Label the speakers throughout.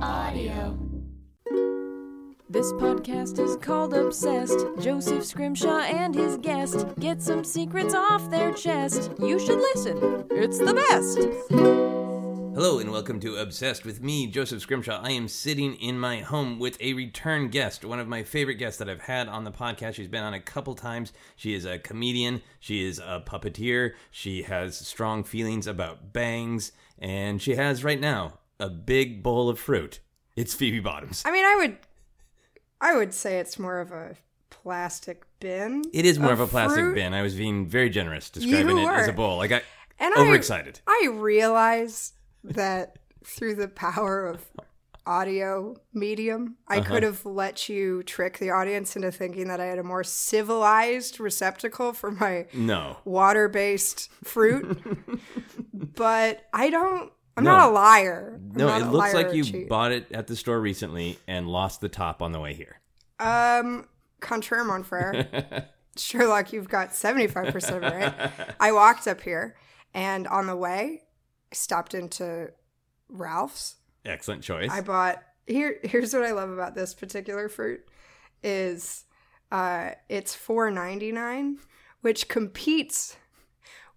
Speaker 1: Audio.
Speaker 2: This podcast is called Obsessed. Joseph Scrimshaw and his guest get some secrets off their chest. You should listen, it's the best.
Speaker 3: Hello and welcome to Obsessed with me, Joseph Scrimshaw. I am sitting in my home with a return guest, one of my favorite guests that I've had on the podcast. She's been on a couple times. She is a comedian, she is a puppeteer, she has strong feelings about bangs, and she has right now a big bowl of fruit. It's Phoebe Bottoms.
Speaker 4: I mean, I would, I would say it's more of a plastic bin.
Speaker 3: It is more of a plastic
Speaker 4: fruit.
Speaker 3: bin. I was being very generous describing
Speaker 4: You
Speaker 3: it as a
Speaker 4: were.
Speaker 3: bowl. I got
Speaker 4: And
Speaker 3: overexcited.
Speaker 4: I, I realize that through the power of audio medium, I
Speaker 3: Uh-huh.
Speaker 4: could have let you trick the audience into thinking that I had a more civilized receptacle for my
Speaker 3: no.
Speaker 4: water-based fruit, but I don't. I'm
Speaker 3: No.
Speaker 4: not a liar. I'm
Speaker 3: No,
Speaker 4: not
Speaker 3: it
Speaker 4: a
Speaker 3: looks
Speaker 4: liar
Speaker 3: like
Speaker 4: or
Speaker 3: you
Speaker 4: cheat.
Speaker 3: bought it at the store recently and lost the top on the way here.
Speaker 4: Um, contraire, mon frere. Sherlock, you've got 75% right. I walked up here and on the way, I stopped into Ralph's.
Speaker 3: Excellent choice.
Speaker 4: I bought here here's what I love about this particular fruit is uh it's 4.99, which competes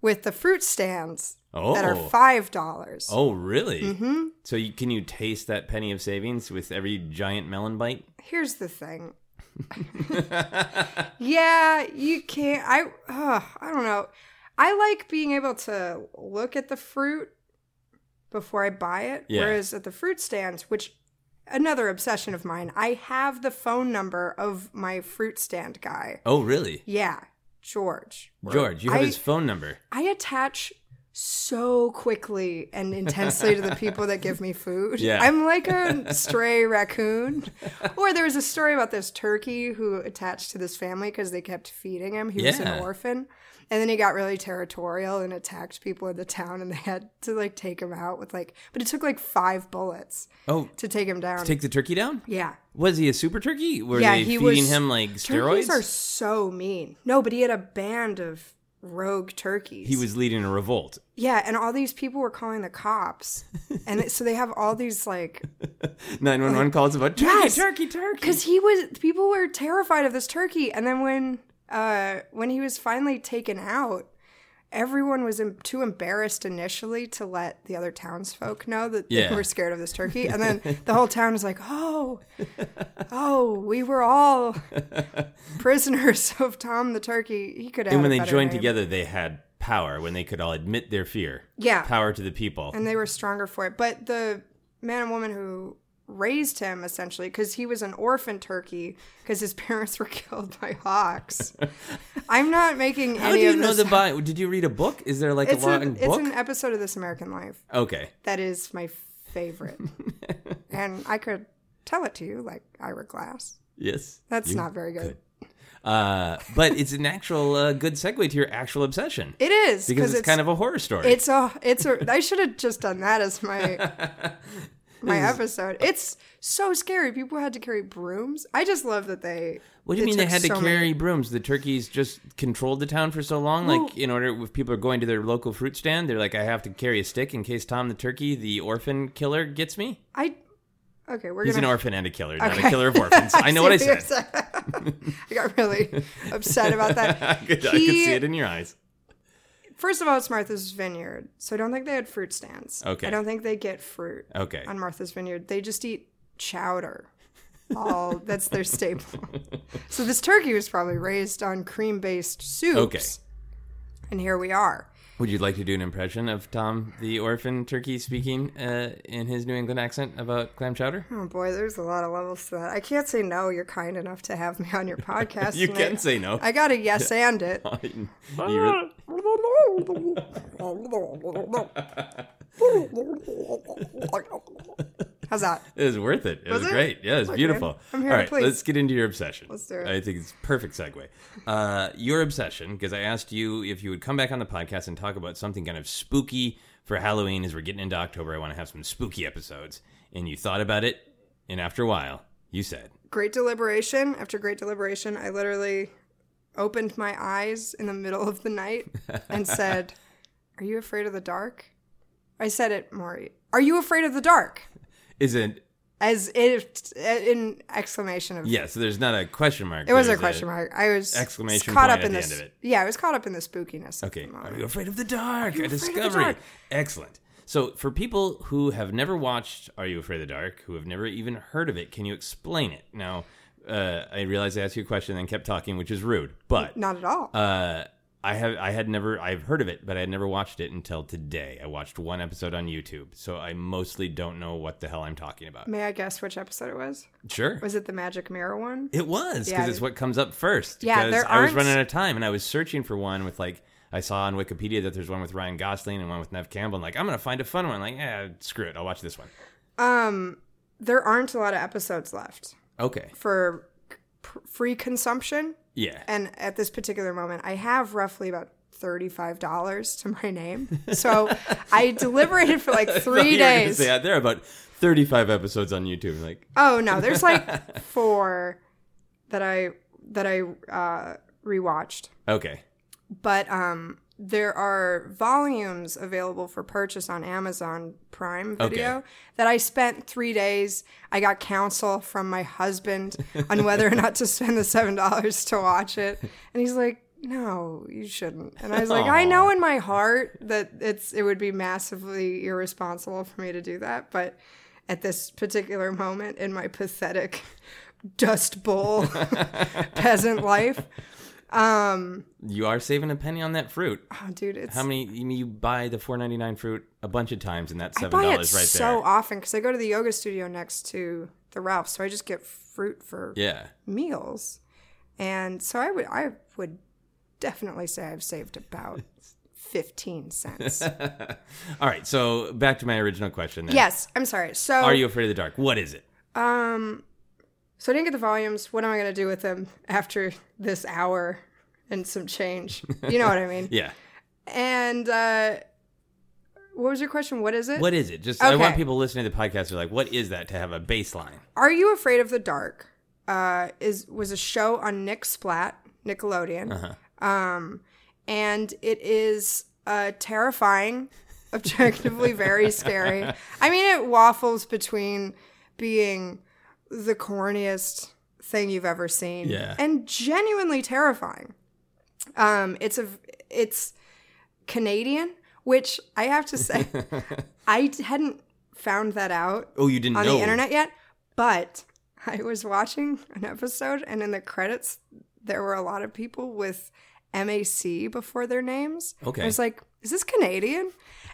Speaker 4: with the fruit stands
Speaker 3: oh.
Speaker 4: that are $5.
Speaker 3: Oh, really?
Speaker 4: Mhm.
Speaker 3: So you, can you taste that penny of savings with every giant melon bite?
Speaker 4: here's the thing. yeah, you can't. I uh, I don't know. I like being able to look at the fruit before I buy it.
Speaker 3: Yeah.
Speaker 4: Whereas at the fruit stands, which another obsession of mine, I have the phone number of my fruit stand guy.
Speaker 3: Oh, really?
Speaker 4: Yeah, George.
Speaker 3: George, you have
Speaker 4: I-
Speaker 3: his phone number.
Speaker 4: I attach so quickly and intensely to the people that give me food.
Speaker 3: Yeah.
Speaker 4: I'm like a stray raccoon. Or there was a story about this turkey who attached to this family because they kept feeding him. He was
Speaker 3: Yeah.
Speaker 4: an orphan. And then he got really territorial and attacked people in the town and they had to like take him out with like but it took like five bullets
Speaker 3: Oh,
Speaker 4: to take him down.
Speaker 3: take the turkey down?
Speaker 4: yeah.
Speaker 3: Was he a super turkey? Were
Speaker 4: Yeah,
Speaker 3: they
Speaker 4: he
Speaker 3: feeding
Speaker 4: was-
Speaker 3: him like
Speaker 4: Turkeys
Speaker 3: steroids?
Speaker 4: are so mean. No, but he had a band of rogue turkeys.
Speaker 3: He was leading a revolt.
Speaker 4: Yeah, and all these people were calling the cops. And it- so they have all these like
Speaker 3: 911 calls about turkey,
Speaker 4: Yes!
Speaker 3: turkey, turkey.
Speaker 4: cuz he was people were terrified of this turkey and then when uh when he was finally taken out everyone was em- too embarrassed initially to let the other townsfolk know that
Speaker 3: Yeah.
Speaker 4: they were scared of this turkey and then the whole town was like, "Oh. Oh, we were all prisoners of Tom the turkey. He could have
Speaker 3: and
Speaker 4: a
Speaker 3: when they
Speaker 4: better
Speaker 3: joined
Speaker 4: name.
Speaker 3: together, they had power when they could all admit their fear.
Speaker 4: Yeah.
Speaker 3: Power to the people.
Speaker 4: and they were stronger for it. But the man and woman who raised him essentially, because he was an orphan turkey, because his parents were killed by hawks. I'm not making
Speaker 3: How do
Speaker 4: any
Speaker 3: you
Speaker 4: of
Speaker 3: know
Speaker 4: this.
Speaker 3: the bi- Did you read a book? Is there like
Speaker 4: it's,
Speaker 3: a long
Speaker 4: an, it's
Speaker 3: book?
Speaker 4: an episode of This American Life
Speaker 3: okay.
Speaker 4: that is my favorite, and I could tell it to you like Ira Glass.
Speaker 3: Yes.
Speaker 4: That's
Speaker 3: You
Speaker 4: not very good.
Speaker 3: could. Uh, but it's an actual uh, good segue to your actual obsession.
Speaker 4: It is
Speaker 3: because it's, kind of a horror story.
Speaker 4: It's a it's a I should have just done that as my my episode. It's so scary. People had to carry brooms. I just love that they
Speaker 3: what do you
Speaker 4: it
Speaker 3: mean they
Speaker 4: took
Speaker 3: had to
Speaker 4: so many-
Speaker 3: carry brooms? The turkeys just controlled the town for so long. like in order, if people are going to their local fruit stand, they're like, I have to carry a stick in case Tom the turkey, the orphan killer, gets me.
Speaker 4: I Okay, we're
Speaker 3: He's
Speaker 4: gonna
Speaker 3: an orphan and a killer, not a
Speaker 4: Okay.
Speaker 3: killer of orphans. I, know what I
Speaker 4: see you're
Speaker 3: said.
Speaker 4: saying. I got really upset about
Speaker 3: I
Speaker 4: that.
Speaker 3: could, I could
Speaker 4: He-
Speaker 3: see it in your eyes.
Speaker 4: First of all, it's Martha's Vineyard, so I don't think they had fruit stands.
Speaker 3: Okay.
Speaker 4: I don't think they get fruit
Speaker 3: Okay.
Speaker 4: on Martha's Vineyard. They just eat chowder. All that's their staple. So this turkey was probably raised on cream-based soups.
Speaker 3: Okay.
Speaker 4: And here we are.
Speaker 3: Would you like to do an impression of Tom the orphan turkey speaking uh, in his New England accent about clam chowder?
Speaker 4: Oh boy, there's a lot of levels to that. I can't say no. You're kind enough to have me on your podcast.
Speaker 3: You
Speaker 4: and
Speaker 3: can
Speaker 4: I-
Speaker 3: say no.
Speaker 4: I got to yes and it.
Speaker 3: You
Speaker 4: Ah.
Speaker 3: really-
Speaker 4: How's that?
Speaker 3: It was worth it. It was,
Speaker 4: it?
Speaker 3: great. Yeah, it was
Speaker 4: Okay.
Speaker 3: beautiful.
Speaker 4: I'm here
Speaker 3: All
Speaker 4: to
Speaker 3: right,
Speaker 4: please.
Speaker 3: let's get into your obsession.
Speaker 4: Let's do it.
Speaker 3: I think it's a perfect segue. Uh, your obsession, because I asked you if you would come back on the podcast and talk about something kind of spooky for Halloween as we're getting into October. I want to have some spooky episodes. And you thought about it, and after a while, you said,
Speaker 4: Great deliberation. After great deliberation, I literally opened my eyes in the middle of the night and said, "Are you afraid of the dark?" I said it, Maury. Are you afraid of the dark?
Speaker 3: "Is it
Speaker 4: as if in exclamation of
Speaker 3: Yeah, so there's not a question mark.
Speaker 4: It was a
Speaker 3: There's
Speaker 4: question mark. I was
Speaker 3: exclamation
Speaker 4: caught
Speaker 3: point
Speaker 4: up
Speaker 3: at
Speaker 4: in
Speaker 3: the
Speaker 4: this.
Speaker 3: end of it.
Speaker 4: Yeah, I was caught up in the spookiness. of
Speaker 3: Okay.
Speaker 4: the
Speaker 3: Are
Speaker 4: moment.
Speaker 3: you afraid of the dark? A
Speaker 4: afraid of the
Speaker 3: discovery.
Speaker 4: dark?
Speaker 3: Excellent. So, for people who have never watched Are You Afraid of the Dark, who have never even heard of it, can you explain it? Now, uh, I realized I asked you a question and kept talking, which is rude, but
Speaker 4: Not at all.
Speaker 3: uh, I have I had never I've heard of it, but I had never watched it until today. I watched one episode on YouTube, so I mostly don't know what the hell I'm talking about.
Speaker 4: May I guess which episode it was?
Speaker 3: Sure.
Speaker 4: Was it the Magic Mirror one?
Speaker 3: It was because
Speaker 4: Yeah,
Speaker 3: it's
Speaker 4: it-
Speaker 3: what comes up first.
Speaker 4: Yeah,
Speaker 3: because
Speaker 4: there
Speaker 3: I was
Speaker 4: aren't-
Speaker 3: running out of time and I was searching for one with like I saw on Wikipedia that there's one with Ryan Gosling and one with Nev Campbell. And like I'm gonna find a fun one. Like yeah, screw it, I'll watch this one.
Speaker 4: Um, there aren't a lot of episodes left
Speaker 3: Okay.
Speaker 4: for pr- free consumption,
Speaker 3: Yeah.
Speaker 4: and at this particular moment, I have roughly about. Thirty-five dollars to my name, so I deliberated for like three days.
Speaker 3: Yeah, there are about 35 episodes on YouTube. Like
Speaker 4: Oh no, there's like four that I that I uh, rewatched,
Speaker 3: okay,
Speaker 4: but um, there are volumes available for purchase on Amazon Prime Video that I spent three days. I got counsel from my husband on whether or not to spend the seven dollars to watch it, and he's like. No, you shouldn't. And I was like, I know in my heart that it's it would be massively irresponsible for me to do that, but at this particular moment in my pathetic dust bowl peasant life,
Speaker 3: you are saving a penny on that fruit.
Speaker 4: oh, dude, it's
Speaker 3: How many you mean you buy the 4.99 fruit a bunch of times and that's
Speaker 4: I
Speaker 3: seven
Speaker 4: buy it
Speaker 3: dollars right
Speaker 4: so
Speaker 3: there.
Speaker 4: often because I go to the yoga studio next to the Ralph, so I just get fruit for
Speaker 3: Yeah.
Speaker 4: meals, and so I would I would definitely say I've saved about fifteen cents.
Speaker 3: All right. So back to my original question. Then.
Speaker 4: yes, I'm sorry. So
Speaker 3: Are you afraid of the dark? What is it?
Speaker 4: Um, so I didn't get the volumes. What am I gonna do with them after this hour and some change? You know what I mean?
Speaker 3: Yeah.
Speaker 4: And uh, what was your question? What is it?
Speaker 3: What is it? Just I
Speaker 4: Okay.
Speaker 3: want people listening to the podcast who are like, what is that to have a baseline?
Speaker 4: Are you afraid of the dark? Uh, is was a show on Nick Splat, Nickelodeon, um, and it is uh, terrifying, objectively very scary. I mean, it waffles between being the corniest thing you've ever seen
Speaker 3: Yeah.
Speaker 4: and genuinely terrifying. Um, it's a it's Canadian, which I have to say, I hadn't found that out
Speaker 3: Oh, you didn't
Speaker 4: on
Speaker 3: know
Speaker 4: the internet yet, but I was watching an episode and in the credits there were a lot of people with MAC before their names.
Speaker 3: Okay.
Speaker 4: I was like, is this Canadian?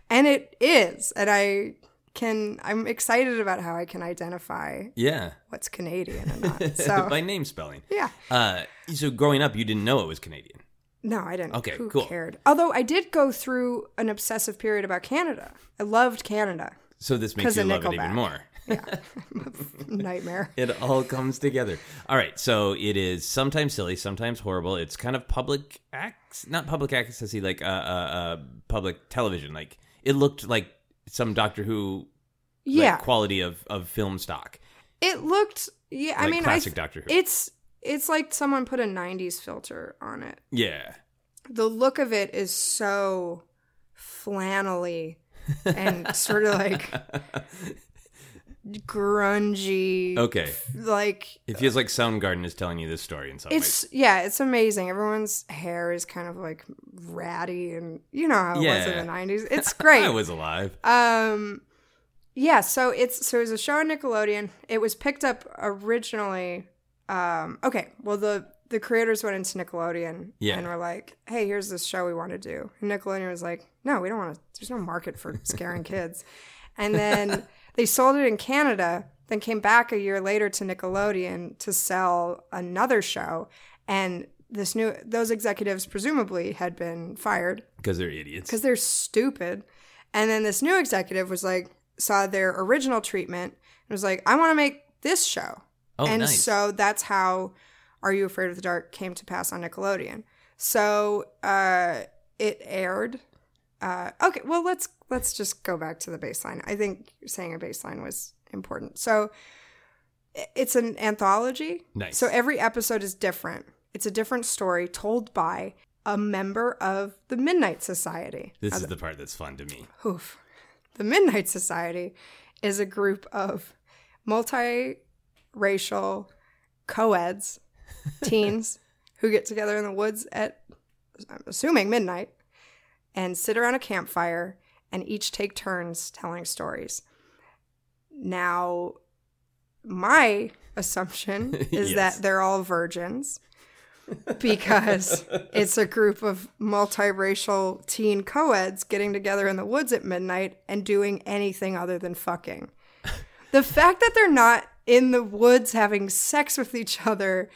Speaker 4: And it is. And I can I'm excited about how I can identify
Speaker 3: Yeah,
Speaker 4: what's Canadian and not. So
Speaker 3: by name spelling.
Speaker 4: yeah.
Speaker 3: Uh, so growing up, you didn't know it was Canadian.
Speaker 4: No, I didn't.
Speaker 3: Okay,
Speaker 4: Who
Speaker 3: cool.
Speaker 4: cared? Although I did go through an obsessive period about Canada. I loved Canada.
Speaker 3: So this makes
Speaker 4: 'Cause
Speaker 3: you
Speaker 4: of
Speaker 3: love it even
Speaker 4: Nickelback.
Speaker 3: more.
Speaker 4: Nightmare.
Speaker 3: It all comes together. All right, so it is sometimes silly, sometimes horrible. It's kind of public acts, not public access, like uh, uh, uh, public television. Like it looked like some Doctor Who like,
Speaker 4: yeah.
Speaker 3: quality of of film stock.
Speaker 4: It looked yeah, I
Speaker 3: Like
Speaker 4: mean I
Speaker 3: classic
Speaker 4: th-
Speaker 3: Doctor Who.
Speaker 4: It's it's like someone put a 90s filter on it.
Speaker 3: yeah,
Speaker 4: The look of it is so flannelly and sort of like grungy.
Speaker 3: okay.
Speaker 4: Like
Speaker 3: It feels like Soundgarden is telling you this story in some ways.
Speaker 4: it's yeah, it's amazing. Everyone's hair is kind of like ratty and you know how it was
Speaker 3: Yeah.
Speaker 4: in the 90s. It's great.
Speaker 3: I was alive.
Speaker 4: Um, yeah. So it's so it was a show on Nickelodeon. It was picked up originally. Um, okay. Well, the the creators went into Nickelodeon
Speaker 3: Yeah.
Speaker 4: and were like, "Hey, here's this show we want to do." And Nickelodeon was like, "No, we don't want to. There's no market for scaring kids." And then they sold it in Canada. Then came back a year later to Nickelodeon to sell another show, and this new those executives presumably had been fired
Speaker 3: because they're idiots.
Speaker 4: because they're stupid. And then this new executive was like, saw their original treatment and was like, I want to make this show.
Speaker 3: Oh,
Speaker 4: and
Speaker 3: nice.
Speaker 4: so that's how Are You Afraid of the Dark came to pass on Nickelodeon. So uh, it aired. Uh, okay, well let's let's just go back to the baseline. I think saying a baseline was important. So i- it's an anthology.
Speaker 3: Nice.
Speaker 4: So every episode is different. It's a different story told by a member of the Midnight Society. Uh,
Speaker 3: this is the part that's fun to me.
Speaker 4: Oof. The Midnight Society is a group of multiracial co-eds, teens who get together in the woods at, I'm assuming midnight, and sit around a campfire and each take turns telling stories. Now, my assumption is
Speaker 3: Yes.
Speaker 4: that they're all virgins because it's a group of multiracial teen co-eds getting together in the woods at midnight and doing anything other than fucking. The fact that they're not in the woods having sex with each other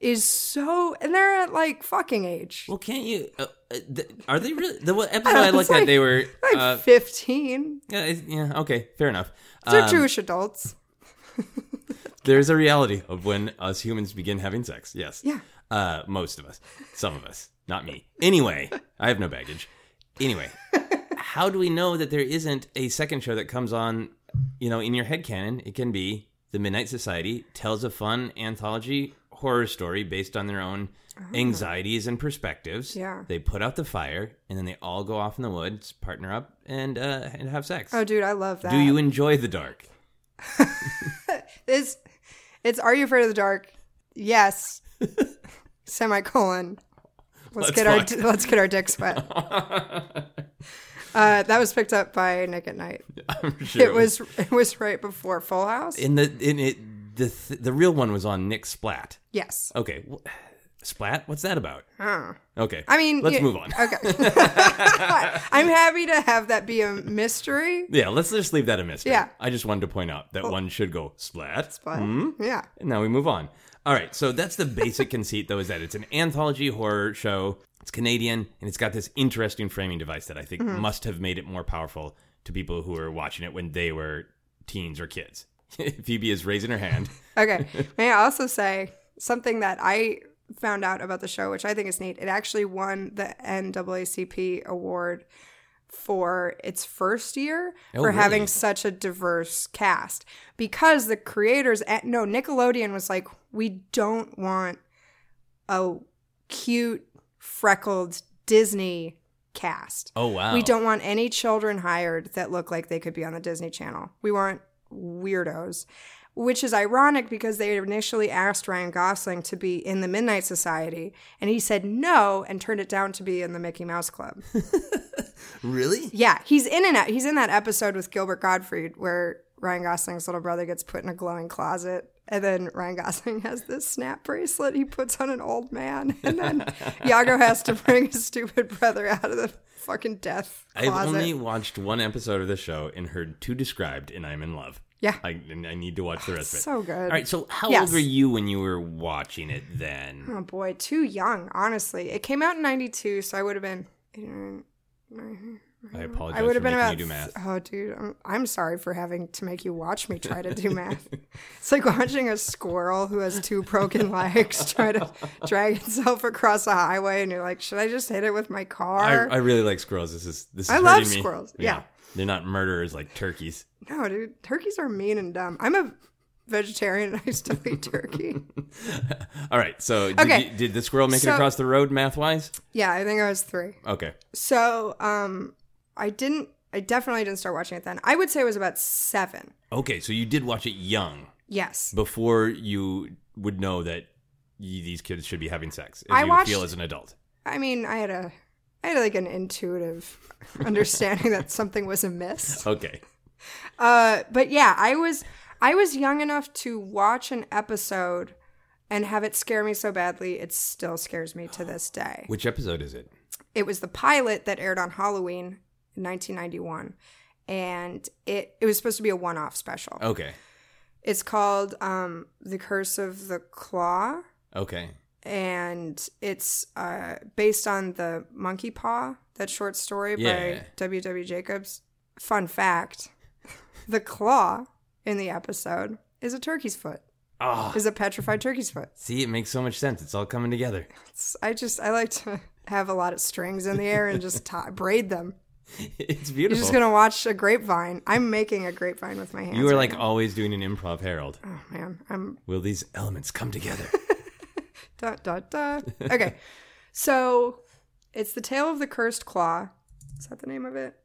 Speaker 4: is so and they're at like fucking age.
Speaker 3: Well, can't you? Uh, uh, th- are they really? The what episode I looked
Speaker 4: It's
Speaker 3: at,
Speaker 4: like-
Speaker 3: they were.
Speaker 4: Like
Speaker 3: Uh,
Speaker 4: 15.
Speaker 3: yeah, it's- yeah, okay, fair enough.
Speaker 4: They're
Speaker 3: Um,
Speaker 4: Jewish adults.
Speaker 3: There's a reality of when us humans begin having sex. Yes.
Speaker 4: Yeah.
Speaker 3: Uh, most of us. Some of us. Not me. Anyway, I have no baggage. Anyway, how do we know that there isn't a second show that comes on, you know, in your head canon? It can be The Midnight Society tells a fun anthology horror story based on their own anxieties and perspectives.
Speaker 4: Ah. Yeah.
Speaker 3: They put out the fire and then they all go off in the woods, partner up, and uh, and have sex.
Speaker 4: Oh, dude, I love that.
Speaker 3: do you enjoy the dark?
Speaker 4: It's it's Are You Afraid of the Dark? Yes. Semicolon. Let's,
Speaker 3: Let's
Speaker 4: get our
Speaker 3: fuck.
Speaker 4: d- let's get our dicks wet. uh, that was picked up by Nick at Night.
Speaker 3: I'm sure
Speaker 4: It was it was right before Full House.
Speaker 3: in the in it the th- the real one was on Nick Splat.
Speaker 4: yes.
Speaker 3: Okay, wh- Splat. What's that about?
Speaker 4: Oh.
Speaker 3: Okay,
Speaker 4: I mean,
Speaker 3: let's
Speaker 4: you-
Speaker 3: move on.
Speaker 4: Okay. I'm happy to have that be a mystery.
Speaker 3: Yeah, let's just leave that a mystery.
Speaker 4: Yeah.
Speaker 3: I just wanted to point out that one should go Splat.
Speaker 4: But yeah.
Speaker 3: And now we move on. All right, so that's the basic conceit, though, is that it's an anthology horror show. It's Canadian, and it's got this interesting framing device that I think
Speaker 4: Mm-hmm.
Speaker 3: must have made it more powerful to people who were watching it when they were teens or kids. Phoebe is raising her hand.
Speaker 4: Okay. May I also say something that I found out about the show, which I think is neat. It actually won the NAACP award for its first year
Speaker 3: Oh,
Speaker 4: for having
Speaker 3: really?
Speaker 4: such a diverse cast because the creators at no Nickelodeon was like we don't want a cute freckled Disney cast.
Speaker 3: Oh wow!
Speaker 4: We don't want any children hired that look like they could be on the Disney Channel. We want weirdos, which is ironic because they initially asked Ryan Gosling to be in the Midnight Society, and he said no and turned it down to be in the Mickey Mouse Club.
Speaker 3: really.
Speaker 4: yeah, he's in and out. He's in that episode with Gilbert Gottfried where Ryan Gosling's little brother gets put in a glowing closet. And then Ryan Gosling has this snap bracelet he puts on an old man. And then Iago has to bring his stupid brother out of the fucking death closet.
Speaker 3: I've only watched one episode of the show and heard two described, and I'm in love.
Speaker 4: Yeah.
Speaker 3: I, and I need to watch the rest of it.
Speaker 4: So good.
Speaker 3: All right, so how
Speaker 4: Yes.
Speaker 3: old were you when you were watching it then?
Speaker 4: Oh boy, too young, honestly. It came out in 92, so I would have been. Hmm. I
Speaker 3: I apologize
Speaker 4: would
Speaker 3: for
Speaker 4: have been
Speaker 3: making
Speaker 4: about.
Speaker 3: you do math.
Speaker 4: Oh, dude, I'm, I'm sorry for having to make you watch me try to do math. it's like watching a squirrel who has two broken legs try to drag itself across a highway, and you're like, should I just hit it with my
Speaker 3: I,
Speaker 4: car?
Speaker 3: I really like squirrels. This is this is
Speaker 4: I love
Speaker 3: hurting me.
Speaker 4: squirrels, yeah.
Speaker 3: They're not murderers like turkeys.
Speaker 4: no, dude, turkeys are mean and dumb. I'm a vegetarian and I still eat turkey.
Speaker 3: All right, so did,
Speaker 4: Okay.
Speaker 3: you- did the squirrel make
Speaker 4: So-
Speaker 3: it across the road math wise?
Speaker 4: yeah, I think I was three.
Speaker 3: Okay.
Speaker 4: So, um, I didn't. I definitely didn't start watching it then. I would say it was about seven.
Speaker 3: Okay, so you did watch it young
Speaker 4: Yes,
Speaker 3: before you would know that you, these kids should be having sex. As
Speaker 4: I
Speaker 3: you
Speaker 4: watched-
Speaker 3: feel as an adult.
Speaker 4: I mean, I had a, I had like an intuitive understanding that something was amiss.
Speaker 3: Okay.
Speaker 4: Uh, but yeah, I was, I was young enough to watch an episode and have it scare me so badly it still scares me to this day.
Speaker 3: Which episode is it?
Speaker 4: it was the pilot that aired on Halloween in 1991, and it it was supposed to be a one off special.
Speaker 3: Okay.
Speaker 4: It's called um, The Curse of the Claw,
Speaker 3: Okay.
Speaker 4: and it's uh, based on the Monkey Paw, that short story
Speaker 3: Yeah.
Speaker 4: by W.W. Jacobs. Fun fact the claw in the episode is a turkey's foot,
Speaker 3: Ah,
Speaker 4: is a petrified turkey's foot.
Speaker 3: see, it makes so much sense. It's all coming together.
Speaker 4: It's, I just, I like to have a lot of strings in the air and just tie braid them.
Speaker 3: It's
Speaker 4: You're
Speaker 3: beautiful.
Speaker 4: just going to watch a grapevine. I'm making a grapevine with my hands.
Speaker 3: You are
Speaker 4: right
Speaker 3: like
Speaker 4: now.
Speaker 3: always doing an improv herald.
Speaker 4: oh man, I'm
Speaker 3: Will these elements come together?
Speaker 4: da da da. Okay, so it's the tale of the cursed claw. Is that the name of it?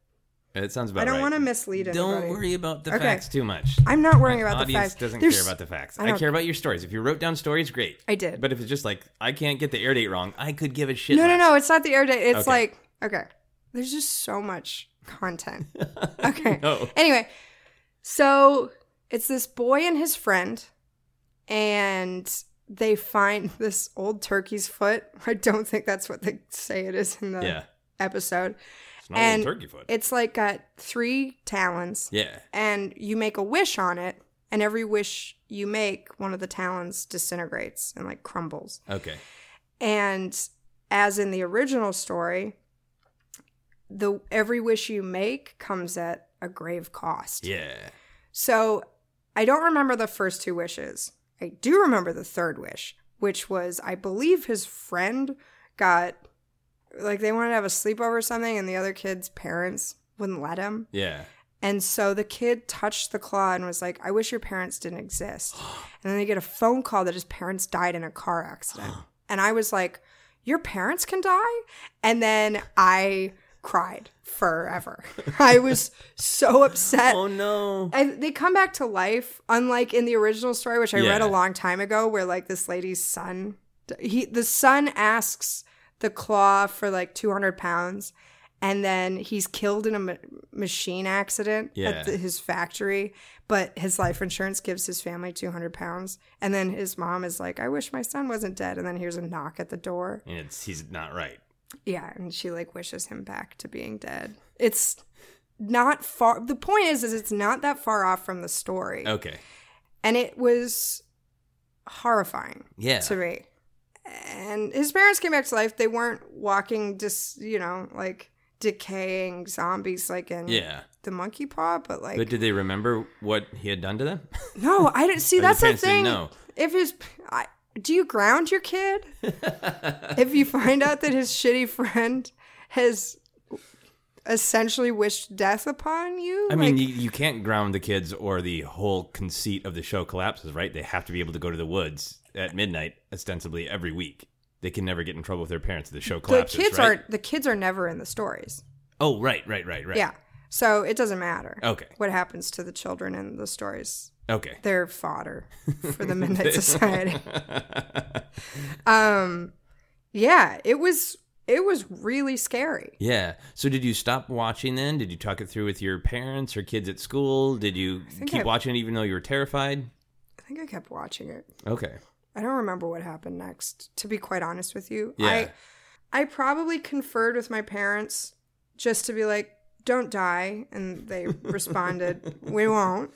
Speaker 3: It sounds about
Speaker 4: I don't
Speaker 3: right.
Speaker 4: want to mislead anybody.
Speaker 3: Don't worry about the
Speaker 4: Okay.
Speaker 3: facts too much.
Speaker 4: I'm not worrying
Speaker 3: My
Speaker 4: about the
Speaker 3: audience
Speaker 4: facts.
Speaker 3: doesn't
Speaker 4: There's-
Speaker 3: care about the facts.
Speaker 4: I
Speaker 3: I,
Speaker 4: don't-
Speaker 3: care about your stories. If you wrote down stories, great.
Speaker 4: I did.
Speaker 3: But if it's just like I can't get the air date wrong, I could give a shit.
Speaker 4: No, no,
Speaker 3: less.
Speaker 4: no. It's not the air date. It's
Speaker 3: Okay.
Speaker 4: like okay. There's just so much content. Okay.
Speaker 3: No.
Speaker 4: Anyway, so it's this boy and his friend, and they find this old turkey's foot. I don't think that's what they say it is in the
Speaker 3: Yeah,
Speaker 4: episode.
Speaker 3: it's not
Speaker 4: And
Speaker 3: a turkey foot.
Speaker 4: It's like got three talons,
Speaker 3: yeah,
Speaker 4: and you make a wish on it, and every wish you make, one of the talons disintegrates and like crumbles.
Speaker 3: okay,
Speaker 4: And as in the original story, the every wish you make comes at a grave cost.
Speaker 3: yeah,
Speaker 4: So I don't remember the first two wishes. I do remember the third wish, which was I believe his friend got like they wanted to have a sleepover or something, and the other kid's parents wouldn't let him.
Speaker 3: yeah.
Speaker 4: And so the kid touched the claw and was like, I wish your parents didn't exist. And then they get a phone call that his parents died in a car accident. And I was like, Your parents can die? And then I cried forever. I was so upset.
Speaker 3: Oh no.
Speaker 4: I, they come back to life, unlike in the original story, which I read
Speaker 3: Yeah.
Speaker 4: a long time ago, where like this lady's son, he the son asks the claw for like two hundred pounds, and then he's killed in a ma- machine accident
Speaker 3: Yeah.
Speaker 4: at the, his factory. But his life insurance gives his family two hundred pounds, and then his mom is like, "I wish my son wasn't dead." And then here's a knock at the door.
Speaker 3: And it's he's not right.
Speaker 4: Yeah, and she like wishes him back to being dead. It's not far the point is is it's not that far off from the story.
Speaker 3: Okay,
Speaker 4: And it was horrifying
Speaker 3: yeah,
Speaker 4: to me. And his parents came back to life. They weren't walking just, you know, like decaying zombies like in
Speaker 3: yeah.
Speaker 4: the monkey paw, but like
Speaker 3: But did they remember what he had done to them?
Speaker 4: No, I didn't see
Speaker 3: Or your
Speaker 4: that's the
Speaker 3: parents
Speaker 4: thing.
Speaker 3: Didn't know.
Speaker 4: If his I, do you ground your kid? if you find out that his shitty friend has essentially wished death upon you,
Speaker 3: I mean,
Speaker 4: like,
Speaker 3: you, you can't ground the kids or the whole conceit of the show collapses, right? They have to be able to go to the woods at midnight, ostensibly every week. They can never get in trouble with their parents. The show
Speaker 4: the
Speaker 3: collapses,
Speaker 4: kids
Speaker 3: right?
Speaker 4: are the kids are never in the stories.
Speaker 3: Oh, right, right, right, right.
Speaker 4: Yeah, so it doesn't matter.
Speaker 3: Okay.
Speaker 4: what happens to the children in the stories?
Speaker 3: Okay.
Speaker 4: They're fodder for the Midnight Society. Um, yeah, it was it was really scary.
Speaker 3: yeah. So did you stop watching then? Did you talk it through with your parents or kids at school? Did you
Speaker 4: think
Speaker 3: keep
Speaker 4: I-
Speaker 3: watching it even though you were terrified?
Speaker 4: I think I kept watching it.
Speaker 3: Okay.
Speaker 4: I don't remember what happened next. To be quite honest with you,
Speaker 3: Yeah.
Speaker 4: I I probably conferred with my parents just to be like, "Don't die," and they responded, "We won't,"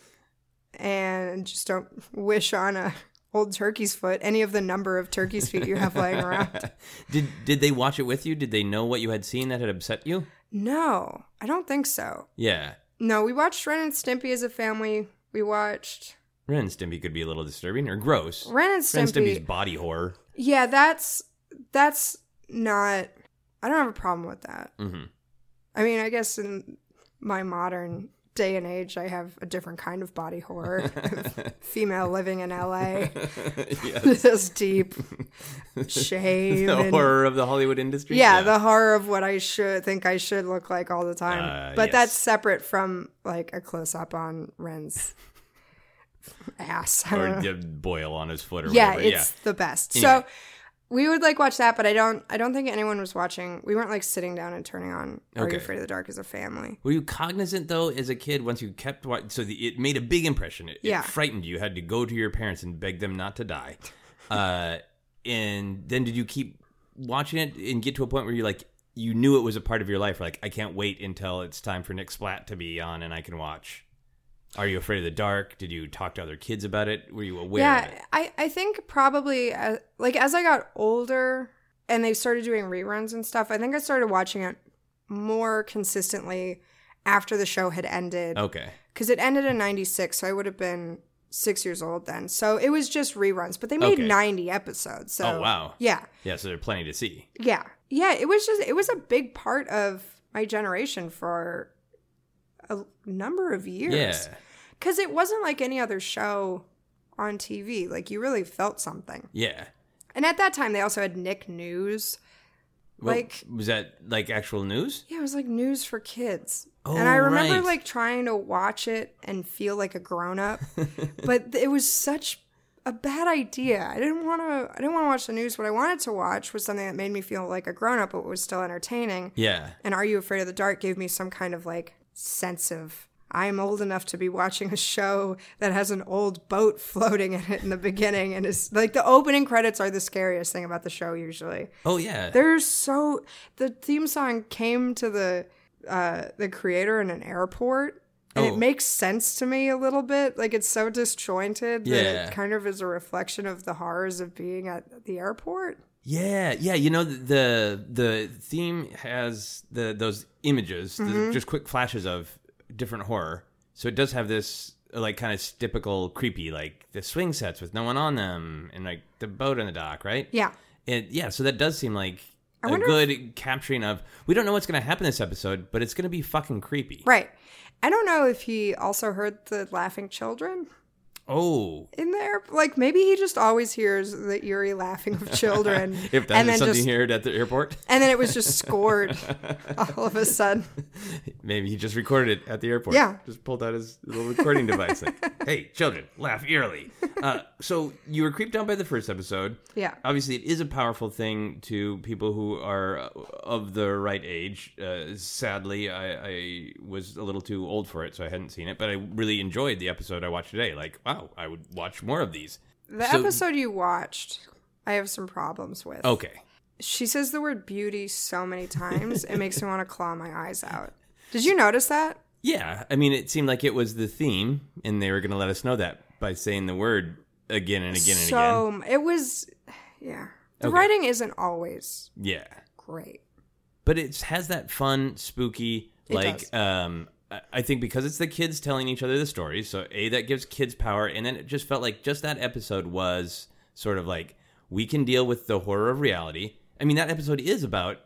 Speaker 4: and just don't wish on a old turkey's foot any of the number of turkey's feet you have lying around.
Speaker 3: did did they watch it with you? Did they know what you had seen that had upset you?
Speaker 4: No, I don't think so.
Speaker 3: Yeah.
Speaker 4: No, we watched Ren and Stimpy as a family. We watched
Speaker 3: Ren and Stimpy could be a little disturbing or gross.
Speaker 4: Ren and
Speaker 3: Ren and
Speaker 4: Stimpy.
Speaker 3: Stimpy's body horror.
Speaker 4: yeah, that's that's not. I don't have a problem with that.
Speaker 3: hmm
Speaker 4: I mean, I guess in my modern day and age, I have a different kind of body horror. Female living in LA,
Speaker 3: yeah.
Speaker 4: this deep shame.
Speaker 3: The
Speaker 4: and-
Speaker 3: horror of the Hollywood industry.
Speaker 4: yeah, the horror of what I should think I should look like all the time.
Speaker 3: Uh,
Speaker 4: but
Speaker 3: yes.
Speaker 4: that's separate from like a close up on Ren's ass. I don't
Speaker 3: or
Speaker 4: know.
Speaker 3: the boil on his foot or
Speaker 4: yeah,
Speaker 3: whatever.
Speaker 4: it's the best.
Speaker 3: Anyway.
Speaker 4: So we would like watch that, but I don't. I don't think anyone was watching. We weren't like sitting down and turning on Are
Speaker 3: Okay.
Speaker 4: You Afraid of the Dark as a family.
Speaker 3: Were you cognizant though, as a kid, once you kept watching? So the, it made a big impression. It, it
Speaker 4: Yeah.
Speaker 3: frightened you. You Had to go to your parents and beg them not to die. Uh, and then did you keep watching it and get to a point where you like you knew it was a part of your life? Like I can't wait until it's time for Nick Splat to be on and I can watch. Are you afraid of the dark? Did you talk to other kids about it? Were you aware? of
Speaker 4: yeah
Speaker 3: it?
Speaker 4: I, I think probably uh, like as i got older and they started doing reruns and stuff i think i started watching it more consistently after the show had ended
Speaker 3: Okay.
Speaker 4: because it ended in 96 so i would have been six years old then so it was just reruns but they made
Speaker 3: Okay.
Speaker 4: 90 episodes so
Speaker 3: oh wow.
Speaker 4: yeah
Speaker 3: Yeah. So there are plenty to see.
Speaker 4: yeah yeah it was just it was a big part of my generation for a number of years
Speaker 3: Yeah.
Speaker 4: because it wasn't like any other show on TV. Like you really felt something.
Speaker 3: Yeah.
Speaker 4: And at that time, they also had Nick News.
Speaker 3: Well,
Speaker 4: Like-
Speaker 3: was that like actual news?
Speaker 4: Yeah, it was like news for kids.
Speaker 3: Oh,
Speaker 4: and I remember
Speaker 3: right.
Speaker 4: like trying to watch it and feel like a grown up, but th- it was such a bad idea. I didn't want to. I didn't want to watch the news. What I wanted to watch was something that made me feel like a grown up, but was still entertaining.
Speaker 3: yeah,
Speaker 4: And Are You Afraid of the Dark gave me some kind of like sense of I'm old enough to be watching a show that has an old boat floating in it in the beginning, and it's like the opening credits are the scariest thing about the show usually.
Speaker 3: oh yeah,
Speaker 4: There's so the theme song came to the uh the creator in an airport and
Speaker 3: Oh.
Speaker 4: it makes sense to me a little bit. Like it's so disjointed that
Speaker 3: Yeah.
Speaker 4: it kind of is a reflection of the horrors of being at the airport.
Speaker 3: yeah, yeah. You know the the theme has the those images,
Speaker 4: Mm-hmm.
Speaker 3: the, just quick flashes of different horror. So it does have this like kind of typical creepy, like the swing sets with no one on them, and like the boat in the dock, right?
Speaker 4: Yeah.
Speaker 3: And yeah, so that does seem like a
Speaker 4: wonder
Speaker 3: good capturing of. We don't know what's going to happen this episode, but it's going to be fucking creepy.
Speaker 4: Right. I don't know if he also heard the laughing children
Speaker 3: Oh,
Speaker 4: in there. Like maybe he just always hears the eerie laughing of children.
Speaker 3: if that
Speaker 4: and
Speaker 3: is
Speaker 4: then
Speaker 3: something
Speaker 4: just,
Speaker 3: you heard at the airport,
Speaker 4: And then it was just scored all of a sudden.
Speaker 3: maybe he just recorded it at the airport.
Speaker 4: Yeah.
Speaker 3: just pulled out his little recording device. Like, hey, children, laugh eerily. Uh, so you were creeped out by the first episode.
Speaker 4: Yeah.
Speaker 3: Obviously, it is a powerful thing to people who are uh, of the right age. Uh, sadly, I, I was a little too old for it, so I hadn't seen it. But I really enjoyed the episode I watched today. Like, wow, I would watch more of these.
Speaker 4: The
Speaker 3: So-
Speaker 4: episode you watched, I have some problems with.
Speaker 3: Okay.
Speaker 4: She says the word beauty so many times, it makes me want to claw my eyes out. Did you notice that?
Speaker 3: Yeah, I mean, it seemed like it was the theme, and they were going to let us know that by saying the word again and again and
Speaker 4: so um, it was, yeah. The
Speaker 3: Okay.
Speaker 4: writing isn't always
Speaker 3: again. Yeah,
Speaker 4: great.
Speaker 3: but it has that fun, spooky,
Speaker 4: It
Speaker 3: like.
Speaker 4: does.
Speaker 3: Um, I- I think because it's the kids telling each other the stories, so a that gives kids power, and then it just felt like just that episode was sort of like we can deal with the horror of reality. I mean, that episode is about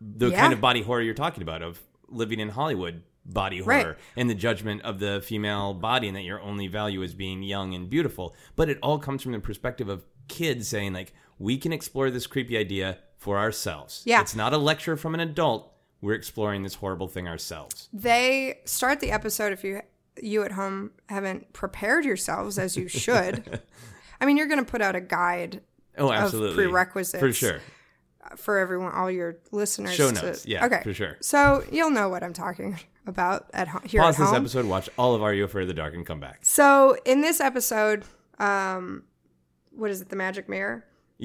Speaker 3: the
Speaker 4: Yeah.
Speaker 3: kind of body horror you're talking about of living in Hollywood body horror
Speaker 4: Right.
Speaker 3: and the judgment of the female body and that your only value is being young and beautiful. But it all comes from the perspective of kids saying like we can explore this creepy idea for ourselves.
Speaker 4: Yeah.
Speaker 3: It's not a lecture from an adult. We're exploring this horrible thing ourselves.
Speaker 4: they start the episode if you you at home haven't prepared yourselves as you should i mean you're going to put out a guide
Speaker 3: Oh, absolutely.
Speaker 4: prerequisites.
Speaker 3: For sure.
Speaker 4: for everyone all your listeners
Speaker 3: Show
Speaker 4: to-
Speaker 3: notes. Yeah,
Speaker 4: okay
Speaker 3: for sure.
Speaker 4: so you'll know what i'm talking about at home here
Speaker 3: Pause
Speaker 4: at
Speaker 3: this
Speaker 4: home
Speaker 3: episode, watch all of Are You Afraid of the Dark and come back.
Speaker 4: so in this episode um what is it the magic mirror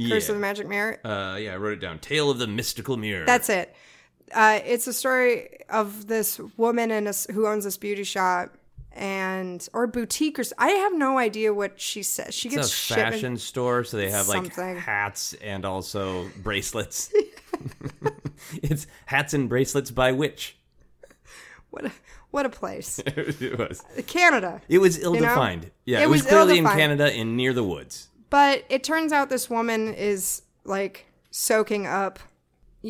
Speaker 4: curse of the magic mirror
Speaker 3: Uh, yeah, I wrote it down. Tale of the Mystical Mirror.
Speaker 4: That's it. Uh, it's a story of this woman in a s who owns this beauty shop and or boutique or s- I have no idea what she says. She
Speaker 3: It's
Speaker 4: gets
Speaker 3: a
Speaker 4: shipment-
Speaker 3: fashion store, so they have like
Speaker 4: Something.
Speaker 3: hats and also bracelets. it's hats and bracelets by witch.
Speaker 4: What a, what a place,
Speaker 3: it was.
Speaker 4: Canada.
Speaker 3: It was ill-defined. Yeah,
Speaker 4: It
Speaker 3: it, was,
Speaker 4: was
Speaker 3: clearly in
Speaker 4: ill-defined.
Speaker 3: Canada and near the woods.
Speaker 4: But it turns out this woman is like soaking up,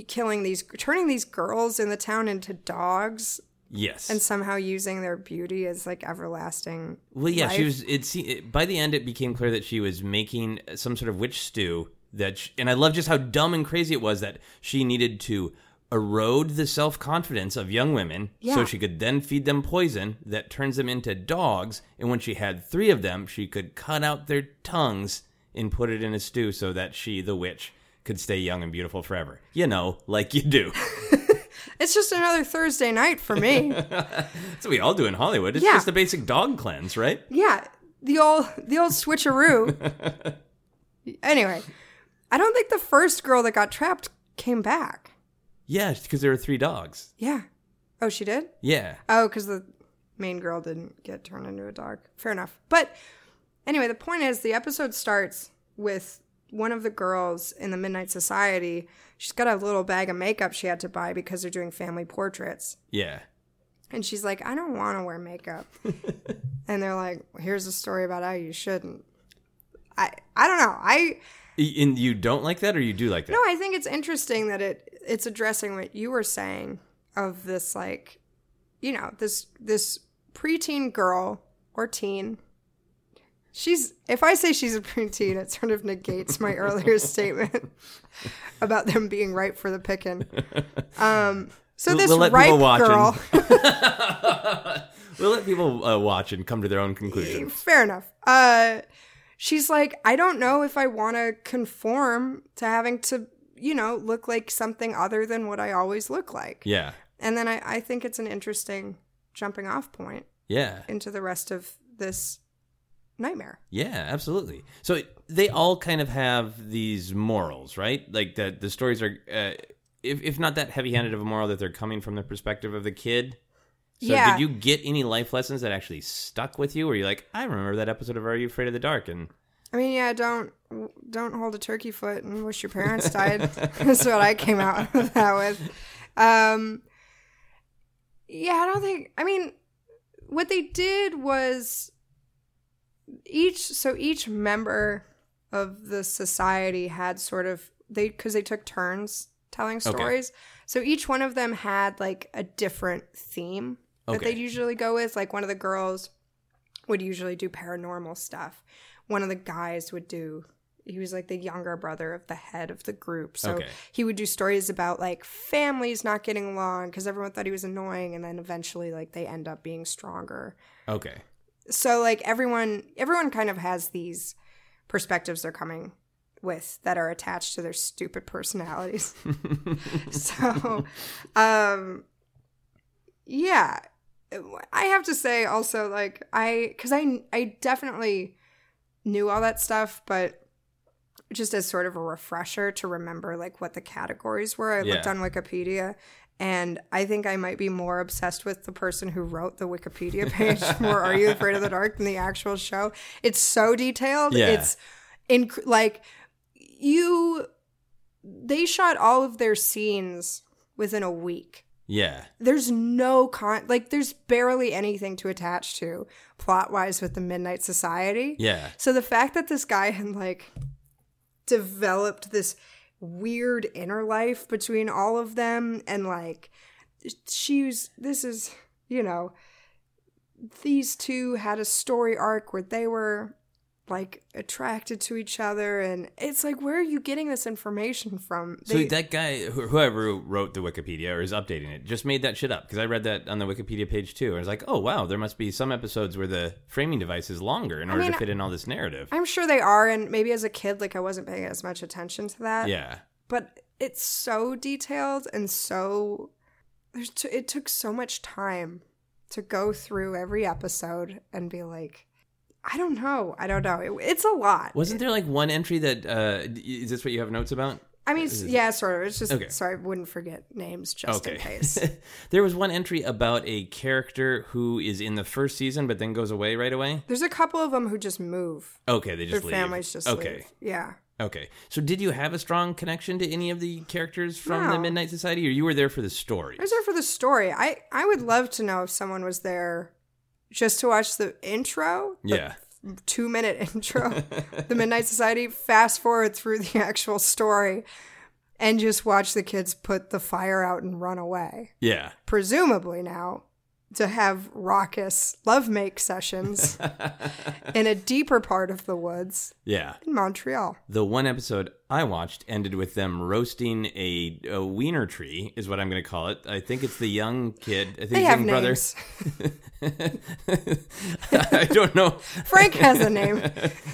Speaker 4: killing these, turning these girls in the town into dogs,
Speaker 3: Yes.
Speaker 4: and somehow using their beauty as like everlasting.
Speaker 3: well, yeah, she
Speaker 4: life.
Speaker 3: was. It, se- it by the end, it became clear that she was making some sort of witch stew. That sh and I love just how dumb and crazy it was that she needed to erode the self confidence of young women so
Speaker 4: Yeah.
Speaker 3: she could then feed them poison that turns them into dogs. And when she had three of them, she could cut out their tongues and put it in a stew so that she, the witch, could stay young and beautiful forever. You know, like you do.
Speaker 4: It's just another Thursday night for me.
Speaker 3: That's what we all do in Hollywood. It's
Speaker 4: Yeah.
Speaker 3: just a basic dog cleanse, right?
Speaker 4: Yeah, the old the old switcheroo. anyway, I don't think the first girl that got trapped came back.
Speaker 3: Yeah, because there were three dogs.
Speaker 4: Yeah. Oh, she did.
Speaker 3: Yeah.
Speaker 4: Oh, because the main girl didn't get turned into a dog. Fair enough. But anyway, the point is the episode starts with one of the girls in the Midnight Society. She's got a little bag of makeup she had to buy because they're doing family portraits.
Speaker 3: Yeah.
Speaker 4: And she's like, I don't want to wear makeup. and they're like, here's a story about how you shouldn't. I I don't know. I
Speaker 3: Y- And you don't like that, or you do like that?
Speaker 4: no, I think it's interesting that it it's addressing what you were saying of this like, you know, this this preteen girl or teen. She's if I say she's a preteen, it sort of negates my earlier statement about them being ripe for the picking. Um So
Speaker 3: We'll-
Speaker 4: this
Speaker 3: we'll let people
Speaker 4: ripe
Speaker 3: watch and-
Speaker 4: girl,
Speaker 3: We'll let people uh, watch and come to their own conclusion.
Speaker 4: fair enough. Uh, she's like, I don't know if I want to conform to having to, you know, look like something other than what I always look like.
Speaker 3: Yeah.
Speaker 4: And then I, I think it's an interesting jumping off point
Speaker 3: Yeah.
Speaker 4: into the rest of this nightmare.
Speaker 3: Yeah, absolutely. So they all kind of have these morals, right? Like that the stories are, uh, if if not that heavy-handed of a moral, that they're coming from the perspective of the kid. So
Speaker 4: Yeah.
Speaker 3: Did you get any life lessons that actually stuck with you? Where you're like, I remember that episode of Are You Afraid of the Dark? And
Speaker 4: I mean, yeah, don't don't hold a turkey foot and wish your parents died. That's what I came out of that with. Um, yeah, I don't think. I mean, what they did was each so each member of the society had sort of they because they took turns telling
Speaker 3: Okay.
Speaker 4: stories. So each one of them had like a different theme that
Speaker 3: Okay.
Speaker 4: they usually go with. Like one of the girls would usually do paranormal stuff. One of the guys would do he was like the younger brother of the head of the group. So
Speaker 3: Okay.
Speaker 4: he would do stories about like families not getting along because everyone thought he was annoying and then eventually like they end up being stronger.
Speaker 3: okay,
Speaker 4: So like everyone everyone kind of has these perspectives they're coming with that are attached to their stupid personalities. so um yeah i have to say also like i because i i definitely knew all that stuff but just as sort of a refresher to remember like what the categories were i looked
Speaker 3: Yeah.
Speaker 4: on wikipedia and i think i might be more obsessed with the person who wrote the wikipedia page for are you afraid of the dark than the actual show it's so detailed
Speaker 3: Yeah.
Speaker 4: it's inc- like you they shot all of their scenes within a week.
Speaker 3: yeah,
Speaker 4: There's no con like there's barely anything to attach to plot wise with the Midnight Society.
Speaker 3: yeah,
Speaker 4: So the fact that this guy had like developed this weird inner life between all of them and like she's this is you know these two had a story arc where they were like attracted to each other and it's like where are you getting this information from
Speaker 3: so that guy, wh- whoever wrote the Wikipedia or is updating it, just made that shit up because I read that on the Wikipedia page too. And I was like, oh wow, there must be some episodes where the framing device is longer in order
Speaker 4: mean,
Speaker 3: to fit in all this narrative.
Speaker 4: i'm sure they are and maybe as a kid like i wasn't paying as much attention to that
Speaker 3: yeah,
Speaker 4: but it's so detailed and so there's t- it took so much time to go through every episode and be like i don't know i don't know It- it's a lot
Speaker 3: wasn't there like one entry that uh, d- is this what you have notes about?
Speaker 4: i mean s- yeah sort of it's just
Speaker 3: Okay.
Speaker 4: so i wouldn't forget names just in case
Speaker 3: there was one entry about a character who is in the first season but then goes away right away.
Speaker 4: there's a couple of them who just move
Speaker 3: Okay, they just
Speaker 4: their
Speaker 3: leave.
Speaker 4: families just
Speaker 3: okay.
Speaker 4: leave. yeah
Speaker 3: Okay. So did you have a strong connection to any of the characters from the
Speaker 4: No.
Speaker 3: Midnight Society or you were there for the story?
Speaker 4: I was there for the story. I I would love to know if someone was there just to watch the intro. the
Speaker 3: Yeah.
Speaker 4: two minute intro. the Midnight Society. Fast forward through the actual story, and just watch the kids put the fire out and run away.
Speaker 3: Yeah.
Speaker 4: Presumably now to have raucous love make sessions in a deeper part of the woods
Speaker 3: Yeah.
Speaker 4: in Montreal.
Speaker 3: The one episode I watched ended with them roasting a, a wiener tree is what I'm going to call it. I think it's the young kid. I think
Speaker 4: They
Speaker 3: his
Speaker 4: have
Speaker 3: young brother.
Speaker 4: names.
Speaker 3: I don't know.
Speaker 4: Frank has a name.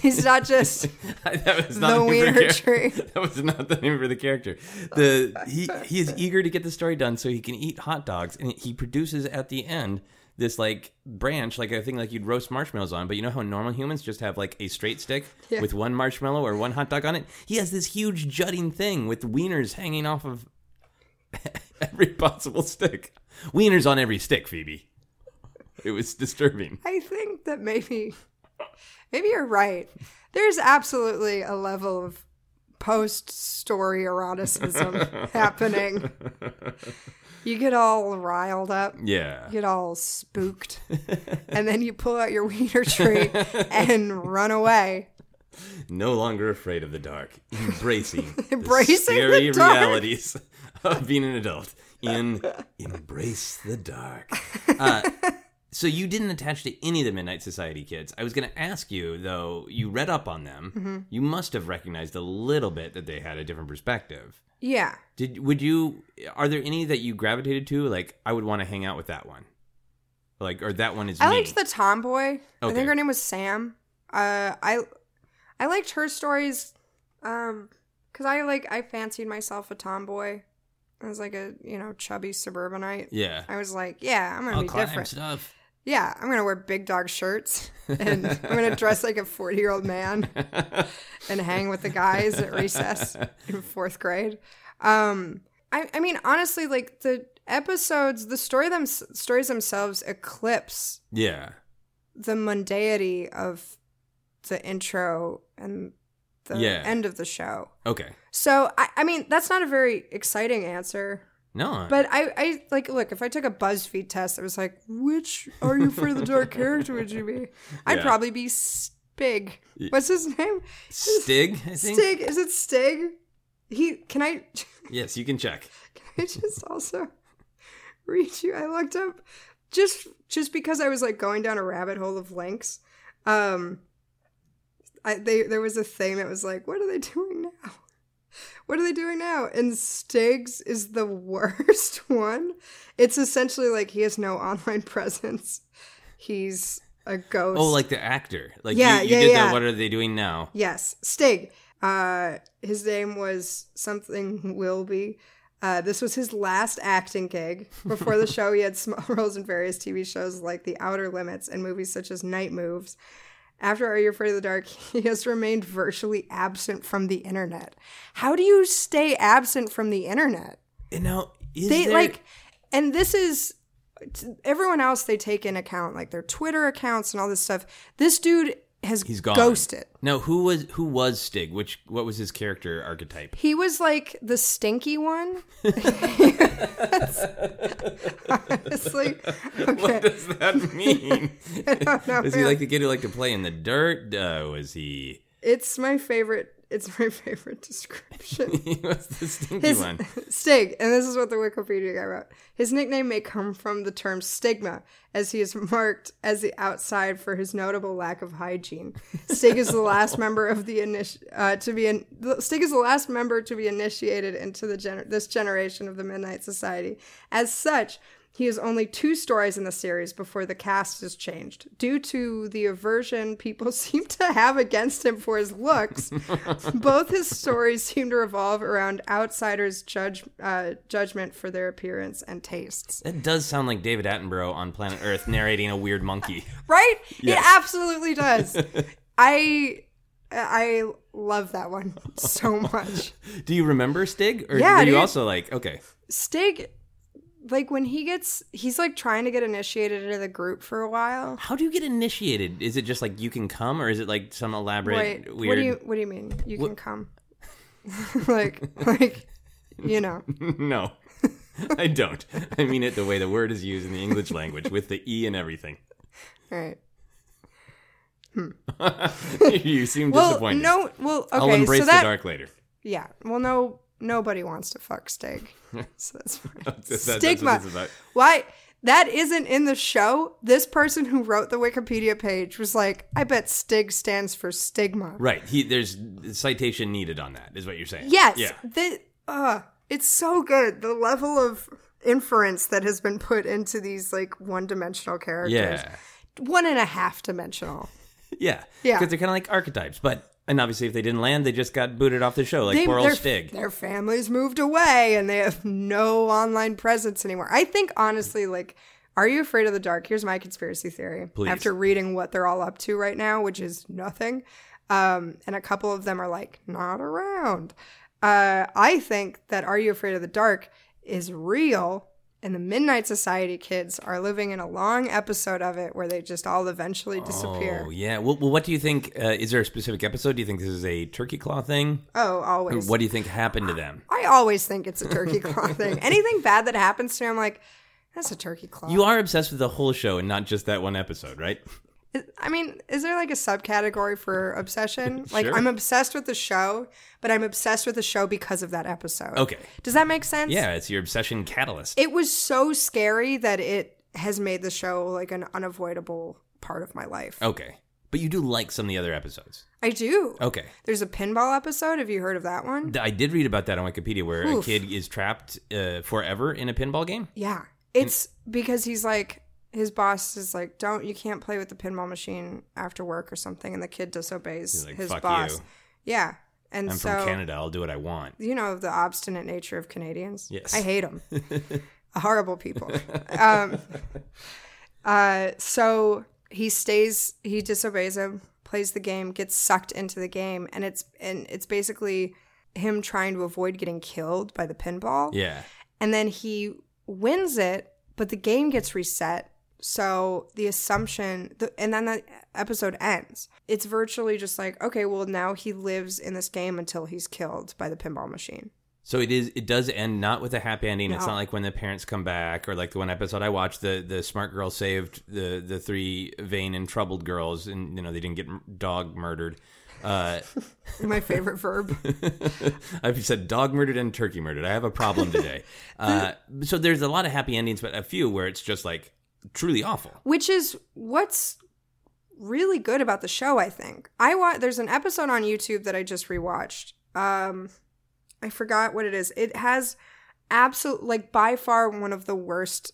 Speaker 4: He's not just
Speaker 3: that was
Speaker 4: The
Speaker 3: not the name for
Speaker 4: wiener
Speaker 3: the
Speaker 4: tree.
Speaker 3: tree. That was not the name for the character. The he he is eager to get the story done so he can eat hot dogs, and he produces at the end this like branch, like a thing like you'd roast marshmallows on. But you know how normal humans just have like a straight stick
Speaker 4: Yeah.
Speaker 3: with one marshmallow or one hot dog on it. He has this huge jutting thing with wieners hanging off of every possible stick. Wieners on every stick, Phoebe. It was disturbing.
Speaker 4: I think that maybe maybe you're right. There's absolutely a level of post story eroticism happening. You get all riled up.
Speaker 3: Yeah.
Speaker 4: You get all spooked. and then you pull out your wiener tree and run away.
Speaker 3: no longer afraid of the dark, embracing,
Speaker 4: Embracing
Speaker 3: the scary
Speaker 4: the dark.
Speaker 3: realities of being an adult in embrace the dark. Uh, So you didn't attach to any of the Midnight Society kids. I was going to ask you though. You read up on them.
Speaker 4: Mm-hmm.
Speaker 3: You must have recognized a little bit that they had a different perspective.
Speaker 4: Yeah.
Speaker 3: Did would you? Are there any that you gravitated to? Like I would want to hang out with that one. Like or that one is.
Speaker 4: I
Speaker 3: me.
Speaker 4: liked the tomboy. I
Speaker 3: Okay.
Speaker 4: think her name was Sam. Uh, I I liked her stories um cuz I like I fancied myself a tomboy. I was like a, you know, chubby suburbanite.
Speaker 3: Yeah.
Speaker 4: I was like, yeah, I'm going to
Speaker 3: I'll
Speaker 4: be
Speaker 3: climb
Speaker 4: different.
Speaker 3: stuff.
Speaker 4: Yeah, I'm going to wear big dog shirts and I'm going to dress like a 40-year-old man and hang with the guys at recess in 4th grade. Um I I mean honestly like the episodes, the story them stories themselves eclipse
Speaker 3: yeah.
Speaker 4: the mundanity of the intro and the
Speaker 3: Yeah.
Speaker 4: end of the show.
Speaker 3: Okay.
Speaker 4: So I, I mean, that's not a very exciting answer.
Speaker 3: No.
Speaker 4: But I, I like look, if I took a BuzzFeed test, I was like, which are you for the dark character would you be? I'd
Speaker 3: Yeah.
Speaker 4: probably be Spig.
Speaker 3: Y-
Speaker 4: What's his name?
Speaker 3: Stig. I think.
Speaker 4: Stig. Is it Stig? He can I
Speaker 3: Yes, you can check.
Speaker 4: I just also read you. I looked up just just because I was like going down a rabbit hole of links. Um, I they there was a thing that was like, what are they doing now? What are they doing now? And Stigs is the worst one. It's essentially like he has no online presence. He's a ghost.
Speaker 3: Oh, like the actor. Like
Speaker 4: Yeah,
Speaker 3: you, you
Speaker 4: yeah,
Speaker 3: did
Speaker 4: yeah.
Speaker 3: the what are they doing now?
Speaker 4: Yes, Stig. Uh, his name was something Wilby. Uh, this was his last acting gig. Before the show, he had small roles in various TV shows like The Outer Limits and movies such as Night Moves. After Are You Afraid of the Dark, he has remained virtually absent from the internet. How do you stay absent from the internet?
Speaker 3: And now is
Speaker 4: they
Speaker 3: there-
Speaker 4: like and this is everyone else they take in account like their twitter accounts and all this stuff this dude has
Speaker 3: He's gone.
Speaker 4: ghosted
Speaker 3: No, who was who was Stig? Which what was his character archetype?
Speaker 4: He was like the stinky one. Honestly,
Speaker 3: What does that mean?
Speaker 4: no,
Speaker 3: Is he like the kid who liked to play in the dirt? Uh, was he?
Speaker 4: it's my favorite. It's my favorite description.
Speaker 3: He was the stinky
Speaker 4: His
Speaker 3: one.
Speaker 4: Stig, and this is what the Wikipedia guy wrote. His nickname may come from the term stigma, as he is marked as the outside for his notable lack of hygiene. Stig is the last member of the initi- uh, to be in- Stig is the last member to be initiated into the gener- this generation of the Midnight Society. As such, he is only two stories in the series before the cast is changed. Due to the aversion people seem to have against him for his looks, both his stories seem to revolve around outsiders' judge, uh, judgment for their appearance and tastes.
Speaker 3: That does sound like David Attenborough on Planet Earth narrating a weird monkey.
Speaker 4: Right?
Speaker 3: Yes.
Speaker 4: It absolutely does. I I love that one so much.
Speaker 3: Do you remember Stig? Or
Speaker 4: Yeah,
Speaker 3: were you
Speaker 4: dude.
Speaker 3: also like okay?
Speaker 4: Stig, like when he gets, he's like trying to get initiated into the group for a while.
Speaker 3: How do you get initiated? Is it just like you can come, or is it like some elaborate
Speaker 4: Wait,
Speaker 3: weird?
Speaker 4: what do you what do you mean? You can come, like like, you know.
Speaker 3: No, I don't. I mean it the way the word is used in the English language with the E and everything.
Speaker 4: All right.
Speaker 3: you seem
Speaker 4: Well,
Speaker 3: disappointed.
Speaker 4: no. Well, okay.
Speaker 3: I'll embrace
Speaker 4: so that
Speaker 3: the dark later.
Speaker 4: yeah. Well, no. Nobody wants to fuck Stig. So that's fine.
Speaker 3: That- that- that's what
Speaker 4: Stigma.
Speaker 3: this is about.
Speaker 4: Why? That isn't in the show. This person who wrote the Wikipedia page was like, I bet Stig stands for stigma.
Speaker 3: Right. He there's citation needed on that, is what you're saying.
Speaker 4: Yes.
Speaker 3: Yeah.
Speaker 4: The, uh, it's so good. The level of inference that has been put into these like one dimensional characters.
Speaker 3: Yeah.
Speaker 4: One and a half dimensional.
Speaker 3: Yeah.
Speaker 4: Yeah.
Speaker 3: Because they're kind of like archetypes, but and obviously if they didn't land, they just got booted off the show, like poor old
Speaker 4: their,
Speaker 3: Stig.
Speaker 4: their families moved away and they have no online presence anymore. I think honestly, like, are you afraid of the dark? Here's my conspiracy theory.
Speaker 3: Please.
Speaker 4: After reading what they're all up to right now, which is nothing, um, and a couple of them are like not around. Uh, I think that Are You Afraid of the Dark is real, and the Midnight Society kids are living in a long episode of it where they just all eventually disappear.
Speaker 3: Oh yeah. Well, well, what do you think? Uh, is there a specific episode? Do you think this is a turkey claw thing?
Speaker 4: Oh,
Speaker 3: Or
Speaker 4: always.
Speaker 3: what do you think happened to them?
Speaker 4: I always think it's a turkey claw thing. Anything bad that happens to me, I'm like, that's a turkey claw.
Speaker 3: You are obsessed with the whole show and not just that one episode, right?
Speaker 4: Is- I mean, is there like a subcategory for obsession? Like,
Speaker 3: Sure.
Speaker 4: I'm obsessed with the show, but I'm obsessed with the show because of that episode.
Speaker 3: Okay.
Speaker 4: Does that make sense?
Speaker 3: Yeah, it's your obsession catalyst.
Speaker 4: It was so scary that it has made the show like an unavoidable part of my life.
Speaker 3: Okay. But you do like some of the other episodes.
Speaker 4: I do.
Speaker 3: Okay.
Speaker 4: There's a pinball episode. Have you heard of that one?
Speaker 3: Th- I did read about that on Wikipedia where a
Speaker 4: Oof.
Speaker 3: kid is trapped uh, forever in a pinball game.
Speaker 4: Yeah. It's because he's like his boss is like, Don't you can't play with the pinball machine after work or something and the kid disobeys
Speaker 3: He's like,
Speaker 4: his
Speaker 3: fuck
Speaker 4: boss.
Speaker 3: you.
Speaker 4: Yeah. And
Speaker 3: I'm
Speaker 4: so
Speaker 3: from Canada. I'll do what I want.
Speaker 4: you know the obstinate nature of Canadians.
Speaker 3: Yes.
Speaker 4: I hate them. Horrible people. Um, uh, so he stays. He disobeys him. Plays the game. Gets sucked into the game, and it's and it's basically him trying to avoid getting killed by the pinball.
Speaker 3: Yeah.
Speaker 4: And then he wins it, but the game gets reset. So the assumption, the, and then the episode ends. It's virtually just like, okay, well, now he lives in this game until he's killed by the pinball machine.
Speaker 3: So it is. It does end not with a happy ending. It's
Speaker 4: No.
Speaker 3: not like when the parents come back, or like the one episode I watched. The the smart girl saved the the three vain and troubled girls, and you know they didn't get m- dog murdered. Uh,
Speaker 4: My favorite verb.
Speaker 3: I've said dog murdered and turkey murdered. I have a problem today. uh, so there's a lot of happy endings, but a few where it's just like truly awful.
Speaker 4: Which is what's really good about the show, I think. I wa- there's an episode on YouTube that I just rewatched. Um I forgot what it is. It has absolute like by far one of the worst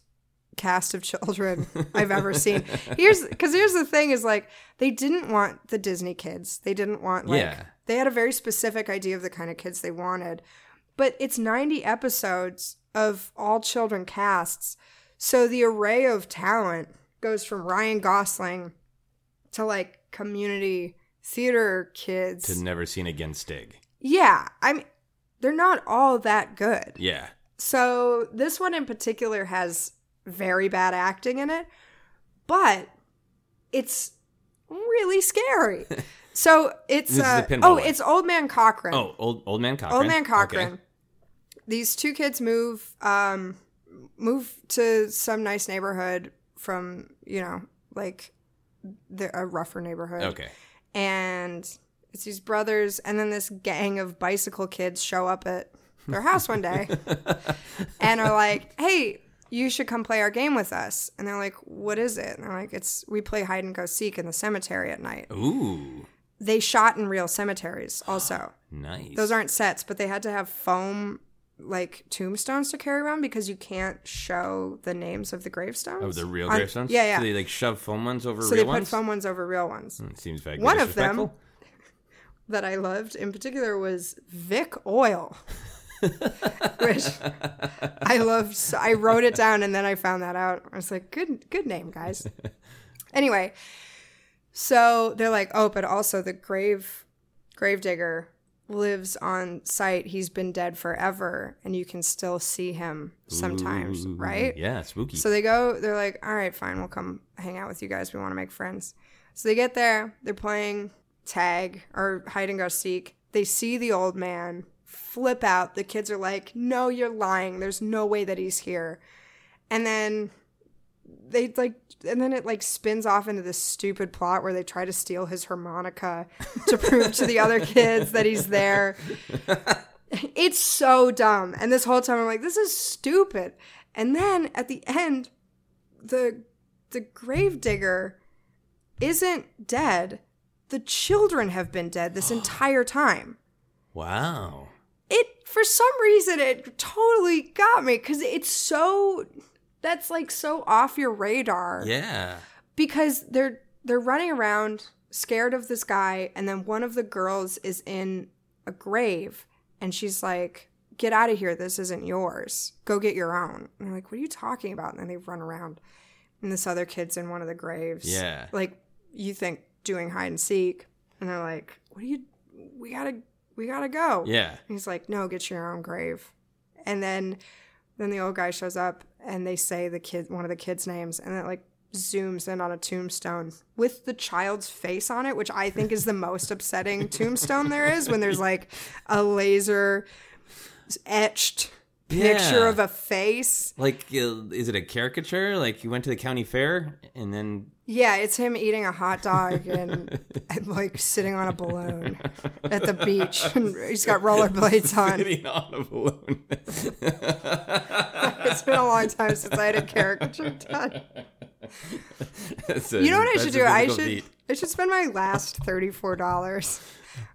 Speaker 4: cast of children I've ever seen. Here's cuz here's the thing is like they didn't want the Disney kids. They didn't want like
Speaker 3: Yeah.
Speaker 4: they had a very specific idea of the kind of kids they wanted. But it's 90 episodes of all children casts. So the array of talent goes from Ryan Gosling to like community theater kids.
Speaker 3: To never seen again, Stig.
Speaker 4: yeah, I mean, they're not all that good.
Speaker 3: Yeah.
Speaker 4: So this one in particular has very bad acting in it, but it's really scary. so it's
Speaker 3: This is
Speaker 4: uh,
Speaker 3: the pinball
Speaker 4: oh,
Speaker 3: one.
Speaker 4: it's Old Man Cochran.
Speaker 3: Oh, old old man Cochran.
Speaker 4: Old man
Speaker 3: Okay.
Speaker 4: Cochran. These two kids move um move to some nice neighborhood from you know like the, a rougher neighborhood.
Speaker 3: Okay.
Speaker 4: And it's these brothers, and then this gang of bicycle kids show up at their house one day, and are like, "Hey." You should come play our game with us. And they're like, What is it? And they're like, It's we play hide and go seek in the cemetery at
Speaker 3: Oh.
Speaker 4: night.
Speaker 3: Ooh,
Speaker 4: They shot in real cemeteries also.
Speaker 3: nice.
Speaker 4: Those aren't sets, but they had to have foam like tombstones to carry around because you can't show the names of the gravestones.
Speaker 3: oh, the real
Speaker 4: on-
Speaker 3: gravestones.
Speaker 4: Yeah, yeah.
Speaker 3: So they like shove foam ones over
Speaker 4: so
Speaker 3: real
Speaker 4: they put
Speaker 3: ones.
Speaker 4: foam ones over real ones.
Speaker 3: Hmm, Seems vaguely
Speaker 4: One of them-
Speaker 3: disrespectful.
Speaker 4: That I loved in particular was Vic Oil, which I loved. So I wrote it down and then I found that out. I was like, good, good name, guys. anyway, so they're like, oh, but also the grave gravedigger lives on site. He's been dead forever, and you can still see him sometimes,
Speaker 3: Ooh,
Speaker 4: right?
Speaker 3: Yeah, spooky.
Speaker 4: So they go, they're like, all right, fine, we'll come hang out with you guys. We want to make friends. So they get there, they're playing tag or hide and go seek. They see the old man flip out. The kids are like, no, you're lying. There's no way that he's here. And then they like, and then it like spins off into this stupid plot where they try to steal his harmonica to prove to the other kids that he's there. It's so dumb. And this whole time I'm like, this is stupid. And then at the end, the the gravedigger isn't dead. The children have been dead this entire time.
Speaker 3: wow.
Speaker 4: It for some reason it totally got me because it's so that's like so off your radar
Speaker 3: Yeah.
Speaker 4: because they're they're running around scared of this guy and then one of the girls is in a grave and she's like get out of here this isn't yours go get your own and they're like what are you talking about and then they run around and this other kid's in one of the graves
Speaker 3: Yeah.
Speaker 4: like you think doing hide and seek and they're like what are you we gotta we gotta go
Speaker 3: Yeah.
Speaker 4: and he's like, "No, get your own grave." And then, then the old guy shows up, and they say the kid, one of the kids' names, and it like zooms in on a tombstone with the child's face on it, which I think is the most upsetting tombstone there is. When there's like a laser etched picture
Speaker 3: Yeah.
Speaker 4: of a face.
Speaker 3: Like, uh, is it a caricature? Like, you went to the county fair and then.
Speaker 4: Yeah, it's him eating a hot dog and, and like sitting on a balloon at the beach. And he's got rollerblades on.
Speaker 3: Sitting on a balloon.
Speaker 4: It's been a long time since I had a caricature done.
Speaker 3: That's a-
Speaker 4: You know what I
Speaker 3: that's
Speaker 4: should
Speaker 3: a
Speaker 4: do? I
Speaker 3: physical
Speaker 4: should
Speaker 3: feat.
Speaker 4: I should spend my last thirty four dollars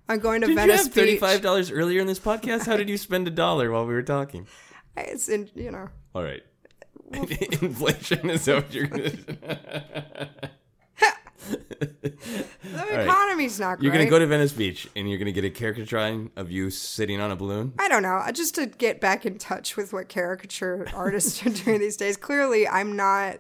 Speaker 4: on going to
Speaker 3: Did you
Speaker 4: Venice
Speaker 3: have
Speaker 4: Beach.
Speaker 3: thirty-five dollars earlier in this podcast? How did you spend a dollar while we were talking?
Speaker 4: It's in, you know.
Speaker 3: All right, inflation is that what you're gonna.
Speaker 4: The economy's not great.
Speaker 3: You're gonna go to Venice Beach and you're gonna get a caricature drawing of you sitting on a balloon.
Speaker 4: I don't know, I- just to get back in touch with what caricature artists are doing these days. Clearly, I'm not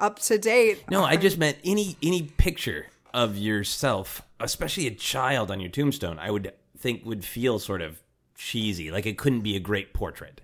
Speaker 4: up to date.
Speaker 3: No, I just meant any any picture of yourself, especially a child on your tombstone. I would think would feel sort of cheesy, like it couldn't be a great portrait.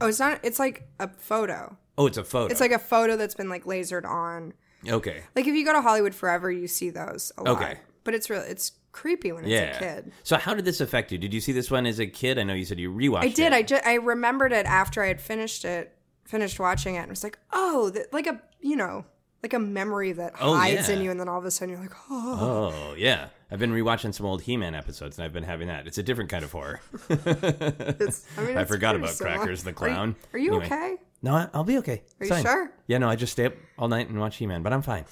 Speaker 4: Oh, it's not. It's like a photo.
Speaker 3: Oh, it's a photo.
Speaker 4: It's like a photo that's been like lasered on.
Speaker 3: okay,
Speaker 4: Like if you go to Hollywood Forever, you see those a lot.
Speaker 3: Okay.
Speaker 4: But it's really it's creepy when it's
Speaker 3: yeah.
Speaker 4: a kid.
Speaker 3: So how did this affect you? Did you see this one as a kid? I know you said you rewatched.
Speaker 4: I did. I just I remembered it after I had finished it, finished watching it, and was like, oh, th- like a you know, like a memory that
Speaker 3: Oh,
Speaker 4: hides
Speaker 3: yeah.
Speaker 4: in you, and then all of a sudden you're like, oh,
Speaker 3: Oh yeah, I've been rewatching some old He-Man episodes, and I've been having that. It's a different kind of horror.
Speaker 4: it's, I mean,
Speaker 3: Oh. I
Speaker 4: it's
Speaker 3: forgot
Speaker 4: pretty
Speaker 3: about
Speaker 4: similar.
Speaker 3: Crackers the
Speaker 4: Are you-
Speaker 3: Clown.
Speaker 4: Are you,
Speaker 3: Anyway.
Speaker 4: okay?
Speaker 3: No, I- I'll be okay.
Speaker 4: Are
Speaker 3: It's
Speaker 4: you
Speaker 3: fine.
Speaker 4: sure? Oh,
Speaker 3: Yeah, no, I just stay up all night and watch He-Man, but I'm fine.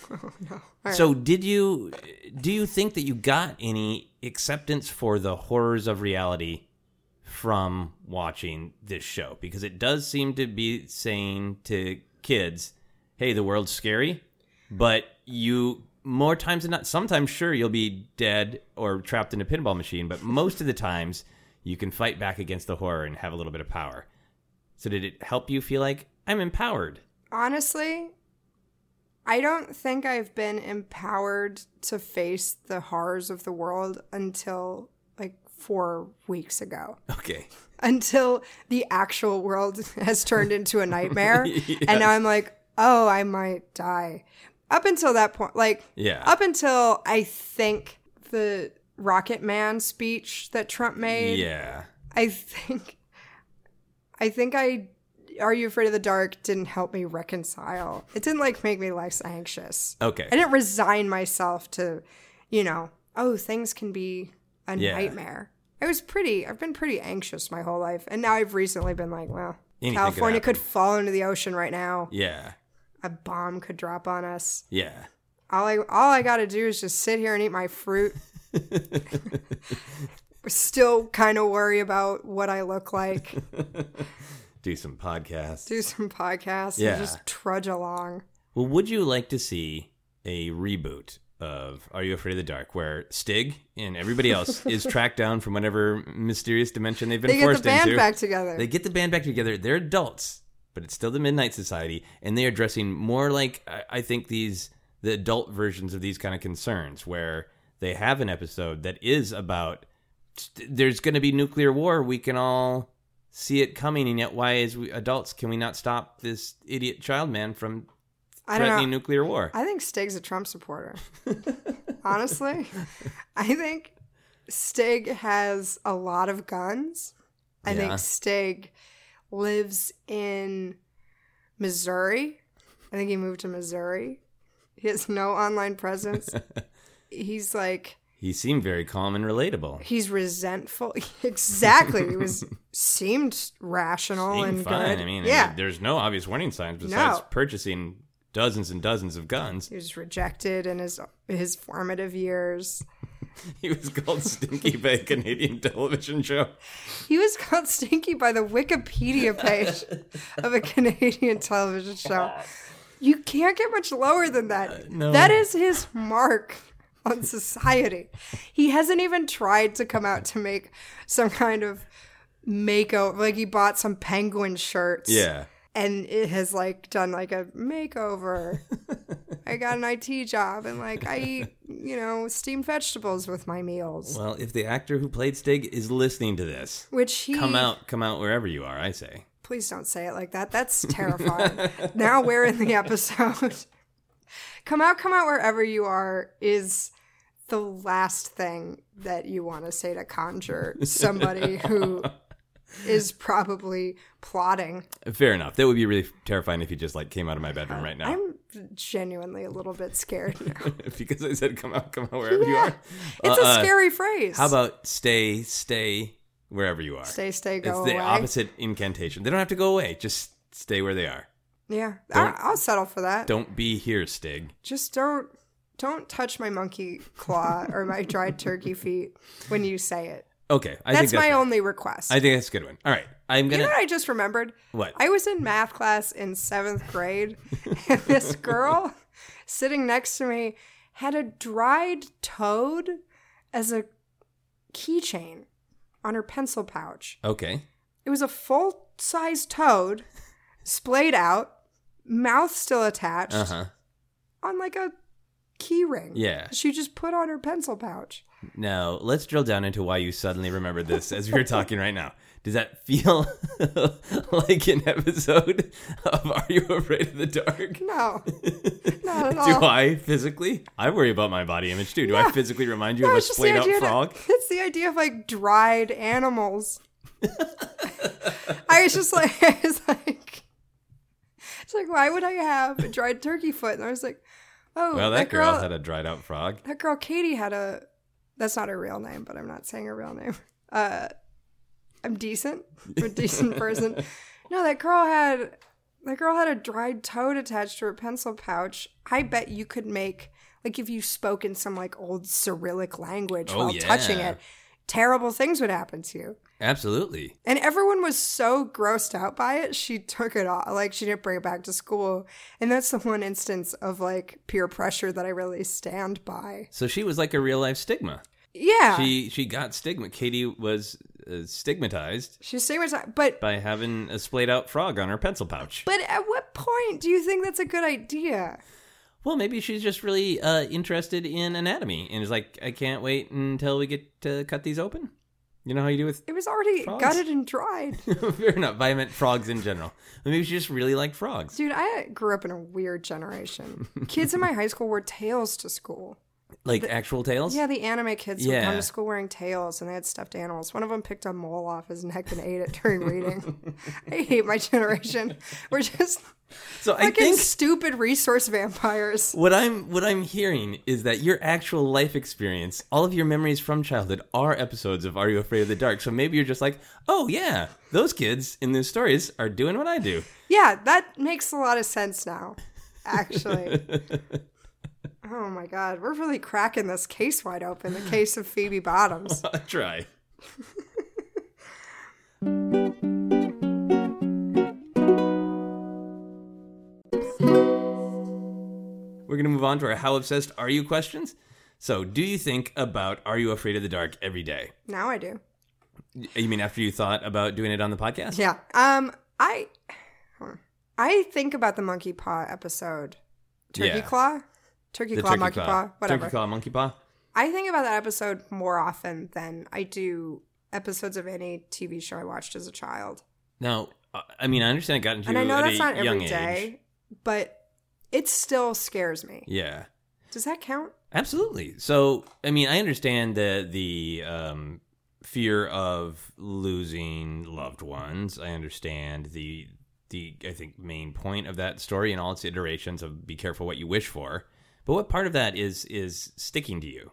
Speaker 4: right.
Speaker 3: So, did you do you think that you got any acceptance for the horrors of reality from watching this show? Because it does seem to be saying to kids, "Hey, the world's scary," but you more times than not, sometimes sure you'll be dead or trapped in a pinball machine, but most of the times you can fight back against the horror and have a little bit of power. So, did it help you feel like I'm empowered?
Speaker 4: Honestly, I don't think I've been empowered to face the horrors of the world until like four weeks ago.
Speaker 3: Okay.
Speaker 4: until the actual world has turned into a nightmare. And now I'm like, oh, I might die. Up until that point, like,
Speaker 3: Yeah.
Speaker 4: up until I think the Rocket Man speech that Trump made,
Speaker 3: Yeah.
Speaker 4: I think, I think I, Are You Afraid of the Dark didn't help me reconcile. It didn't like make me less anxious.
Speaker 3: Okay.
Speaker 4: I didn't resign myself to, you know, oh, things can be a
Speaker 3: Yeah.
Speaker 4: nightmare. I was pretty, I've been pretty anxious my whole life. And now I've recently been like, well,
Speaker 3: Anything could
Speaker 4: California could,
Speaker 3: happen.
Speaker 4: fall into the ocean right now.
Speaker 3: Yeah.
Speaker 4: A bomb could drop on us.
Speaker 3: Yeah.
Speaker 4: All I, all I got to do is just sit here and eat my fruit. Still kind of worry about what I look like.
Speaker 3: Do some podcasts.
Speaker 4: Do some podcasts
Speaker 3: Yeah.
Speaker 4: and just trudge along.
Speaker 3: Well, would you like to see a reboot of Are You Afraid of the Dark where Stig and everybody else is tracked down from whatever mysterious dimension they've been
Speaker 4: They get the
Speaker 3: forced
Speaker 4: band
Speaker 3: into?
Speaker 4: back together.
Speaker 3: They get the band back together. They're adults, but it's still the Midnight Society, and they are dressing more like I, I think these the adult versions of these kind of concerns, where they have an episode that is about st- there's going to be nuclear war. We can all see it coming, and yet why, as we, adults, can we not stop this idiot child man from
Speaker 4: I don't know.
Speaker 3: threatening nuclear war?
Speaker 4: I think Stig's a Trump supporter. Honestly, I think Stig has a lot of guns. I
Speaker 3: Yeah.
Speaker 4: think Stig lives in Missouri. I think he moved to Missouri. He has no online presence. he's like
Speaker 3: he seemed very calm and relatable.
Speaker 4: he's resentful. exactly. He was seemed rational
Speaker 3: Seemed
Speaker 4: and
Speaker 3: fine.
Speaker 4: good.
Speaker 3: I mean,
Speaker 4: yeah.
Speaker 3: there's no obvious warning signs besides
Speaker 4: No.
Speaker 3: purchasing dozens and dozens of guns.
Speaker 4: he was rejected in his his formative years.
Speaker 3: He was called Stinky by a Canadian television show.
Speaker 4: He was called Stinky by the Wikipedia page of a Canadian television show. You can't get much lower than that.
Speaker 3: Uh, no.
Speaker 4: That is his mark on society. He hasn't even tried to come out to make some kind of makeover. Like he bought some penguin shirts.
Speaker 3: Yeah.
Speaker 4: And it has like done like a makeover. I got an IT job and like I eat, you know, steamed vegetables with my meals.
Speaker 3: Well, if the actor who played Stig is listening to this,
Speaker 4: Which he
Speaker 3: come out, come out wherever you are, I say.
Speaker 4: Please don't say it like that. That's terrifying. now we're in the episode. come out, come out wherever you are is the last thing that you want to say to conjure somebody who is probably plotting.
Speaker 3: Fair enough. That would be really terrifying if you just like came out of my bedroom right now
Speaker 4: I'm genuinely a little bit scared. now.
Speaker 3: because I said come out, come out wherever you are.
Speaker 4: It's
Speaker 3: Uh, uh,
Speaker 4: a scary phrase.
Speaker 3: How about stay, stay wherever you are?
Speaker 4: stay, stay,
Speaker 3: It's
Speaker 4: go
Speaker 3: the
Speaker 4: away?
Speaker 3: opposite incantation. They don't have to go away. Just stay where they are.
Speaker 4: Yeah,
Speaker 3: Don't-
Speaker 4: I, I'll settle for that.
Speaker 3: Don't be here, Stig.
Speaker 4: Just don't don't touch my monkey claw or my dried turkey feet when you say it.
Speaker 3: Okay, I think
Speaker 4: That's
Speaker 3: that's
Speaker 4: my
Speaker 3: fair.
Speaker 4: only request.
Speaker 3: I think that's a good one. All right, I'm
Speaker 4: you
Speaker 3: gonna.
Speaker 4: know what I just remembered?
Speaker 3: What?
Speaker 4: I was in math class in seventh grade, and this girl sitting next to me had a dried toad as a keychain on her pencil pouch.
Speaker 3: Okay.
Speaker 4: It was a full size toad, splayed out, mouth still attached,
Speaker 3: Uh huh.
Speaker 4: on like a key ring.
Speaker 3: Yeah.
Speaker 4: She just put on her pencil pouch.
Speaker 3: Now let's drill down into why you suddenly remembered this as we were talking right now. Does that feel like an episode of Are You Afraid of the Dark?
Speaker 4: No, not at all.
Speaker 3: Do I physically? I worry about my body image too. Do I physically remind you
Speaker 4: No,
Speaker 3: of a
Speaker 4: it's just the
Speaker 3: splayed out
Speaker 4: idea that-
Speaker 3: frog?
Speaker 4: it's the idea of like dried animals. I was just like, I was like, it's like, why would I have a dried turkey foot? And I was like, oh,
Speaker 3: Well,
Speaker 4: that,
Speaker 3: that girl
Speaker 4: girl
Speaker 3: had a dried out frog.
Speaker 4: that girl Katie had a that's not her real name, but I'm not saying her real name. Uh I'm decent. I'm a decent person. No, that girl had that girl had a dried toad attached to her pencil pouch. I bet you could make like if you spoke in some like old Cyrillic language
Speaker 3: Oh,
Speaker 4: while touching
Speaker 3: yeah.
Speaker 4: it, terrible things would happen to you.
Speaker 3: Absolutely.
Speaker 4: And everyone was so grossed out by it, she took it off. Like, she didn't bring it back to school. And that's the one instance of like peer pressure that I really stand by.
Speaker 3: So she was like a real life stigma.
Speaker 4: Yeah.
Speaker 3: She she got stigma. Katie was uh, stigmatized
Speaker 4: She's saying what's but
Speaker 3: by having a splayed out frog on her pencil pouch.
Speaker 4: but at what point do you think that's a good idea?
Speaker 3: Well, maybe she's just really uh, interested in anatomy and is like, I can't wait until we get to cut these open. You know how you do with
Speaker 4: It was already
Speaker 3: Frogs.
Speaker 4: gutted and dried.
Speaker 3: fair enough. But I meant frogs in general. Maybe she just really liked frogs.
Speaker 4: Dude, I grew up in a weird generation. Kids in my high school wore tails to school.
Speaker 3: Like actual tails.
Speaker 4: Yeah, the anime kids would
Speaker 3: Yeah.
Speaker 4: come to school wearing tails and they had stuffed animals. One of them picked a mole off his neck and ate it during reading. I hate my generation. We're just
Speaker 3: So I
Speaker 4: fucking
Speaker 3: think
Speaker 4: stupid resource vampires.
Speaker 3: what I'm what I'm hearing is that your actual life experience, all of your memories from childhood, are episodes of Are You Afraid of the Dark? So maybe you're just like, oh yeah, those kids in those stories are doing what I do.
Speaker 4: Yeah, that makes a lot of sense now, actually. oh my God, we're really cracking this case wide open the case of Phoebe Bottoms.
Speaker 3: I'll try. We're going to move on to our How Obsessed Are You questions. So, do you think about Are You Afraid of the Dark every day?
Speaker 4: Now I do.
Speaker 3: Y- You mean after you thought about doing it on the podcast?
Speaker 4: Yeah. Um, I, I think about the monkey paw episode, turkey
Speaker 3: Yeah.
Speaker 4: claw, turkey claw, monkey paw, whatever.
Speaker 3: Turkey claw, monkey paw.
Speaker 4: I think about that episode more often than I do episodes of any TV show I watched as a child.
Speaker 3: Now, I- I mean, I understand it got into
Speaker 4: And I know
Speaker 3: at
Speaker 4: that's
Speaker 3: a
Speaker 4: not
Speaker 3: young
Speaker 4: every
Speaker 3: Age.
Speaker 4: day, but it still scares me.
Speaker 3: Yeah.
Speaker 4: Does that count?
Speaker 3: Absolutely. So, I mean, I understand the the um, fear of losing loved ones. I understand the the I think main point of that story and all its iterations of be careful what you wish for. But what part of that is is sticking to you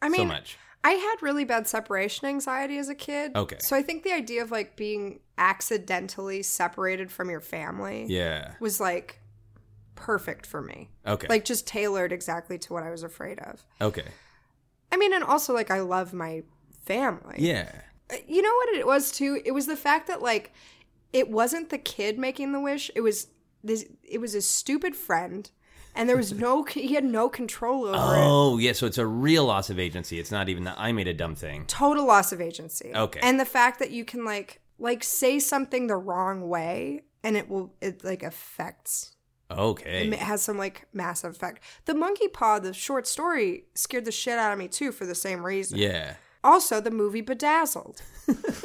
Speaker 4: I mean,
Speaker 3: so much?
Speaker 4: I had really bad separation anxiety as a kid.
Speaker 3: Okay.
Speaker 4: So I think the idea of like being accidentally separated from your family
Speaker 3: Yeah.
Speaker 4: was like perfect for me.
Speaker 3: Okay.
Speaker 4: Like just tailored exactly to what I was afraid of.
Speaker 3: okay.
Speaker 4: I mean, and also like I love my family.
Speaker 3: Yeah.
Speaker 4: Uh, You know what it was too? It was the fact that like it wasn't the kid making the wish. It was this it was his stupid friend and there was no he had no control over it.
Speaker 3: Oh, yeah. So it's a real loss of agency. It's not even that I made a dumb thing.
Speaker 4: total loss of agency.
Speaker 3: Okay.
Speaker 4: And the fact that you can like like say something the wrong way and it will it like affects
Speaker 3: Okay.
Speaker 4: it has some like massive effect. The monkey paw, the short story, scared the shit out of me too for the same reason.
Speaker 3: Yeah.
Speaker 4: Also, the movie Bedazzled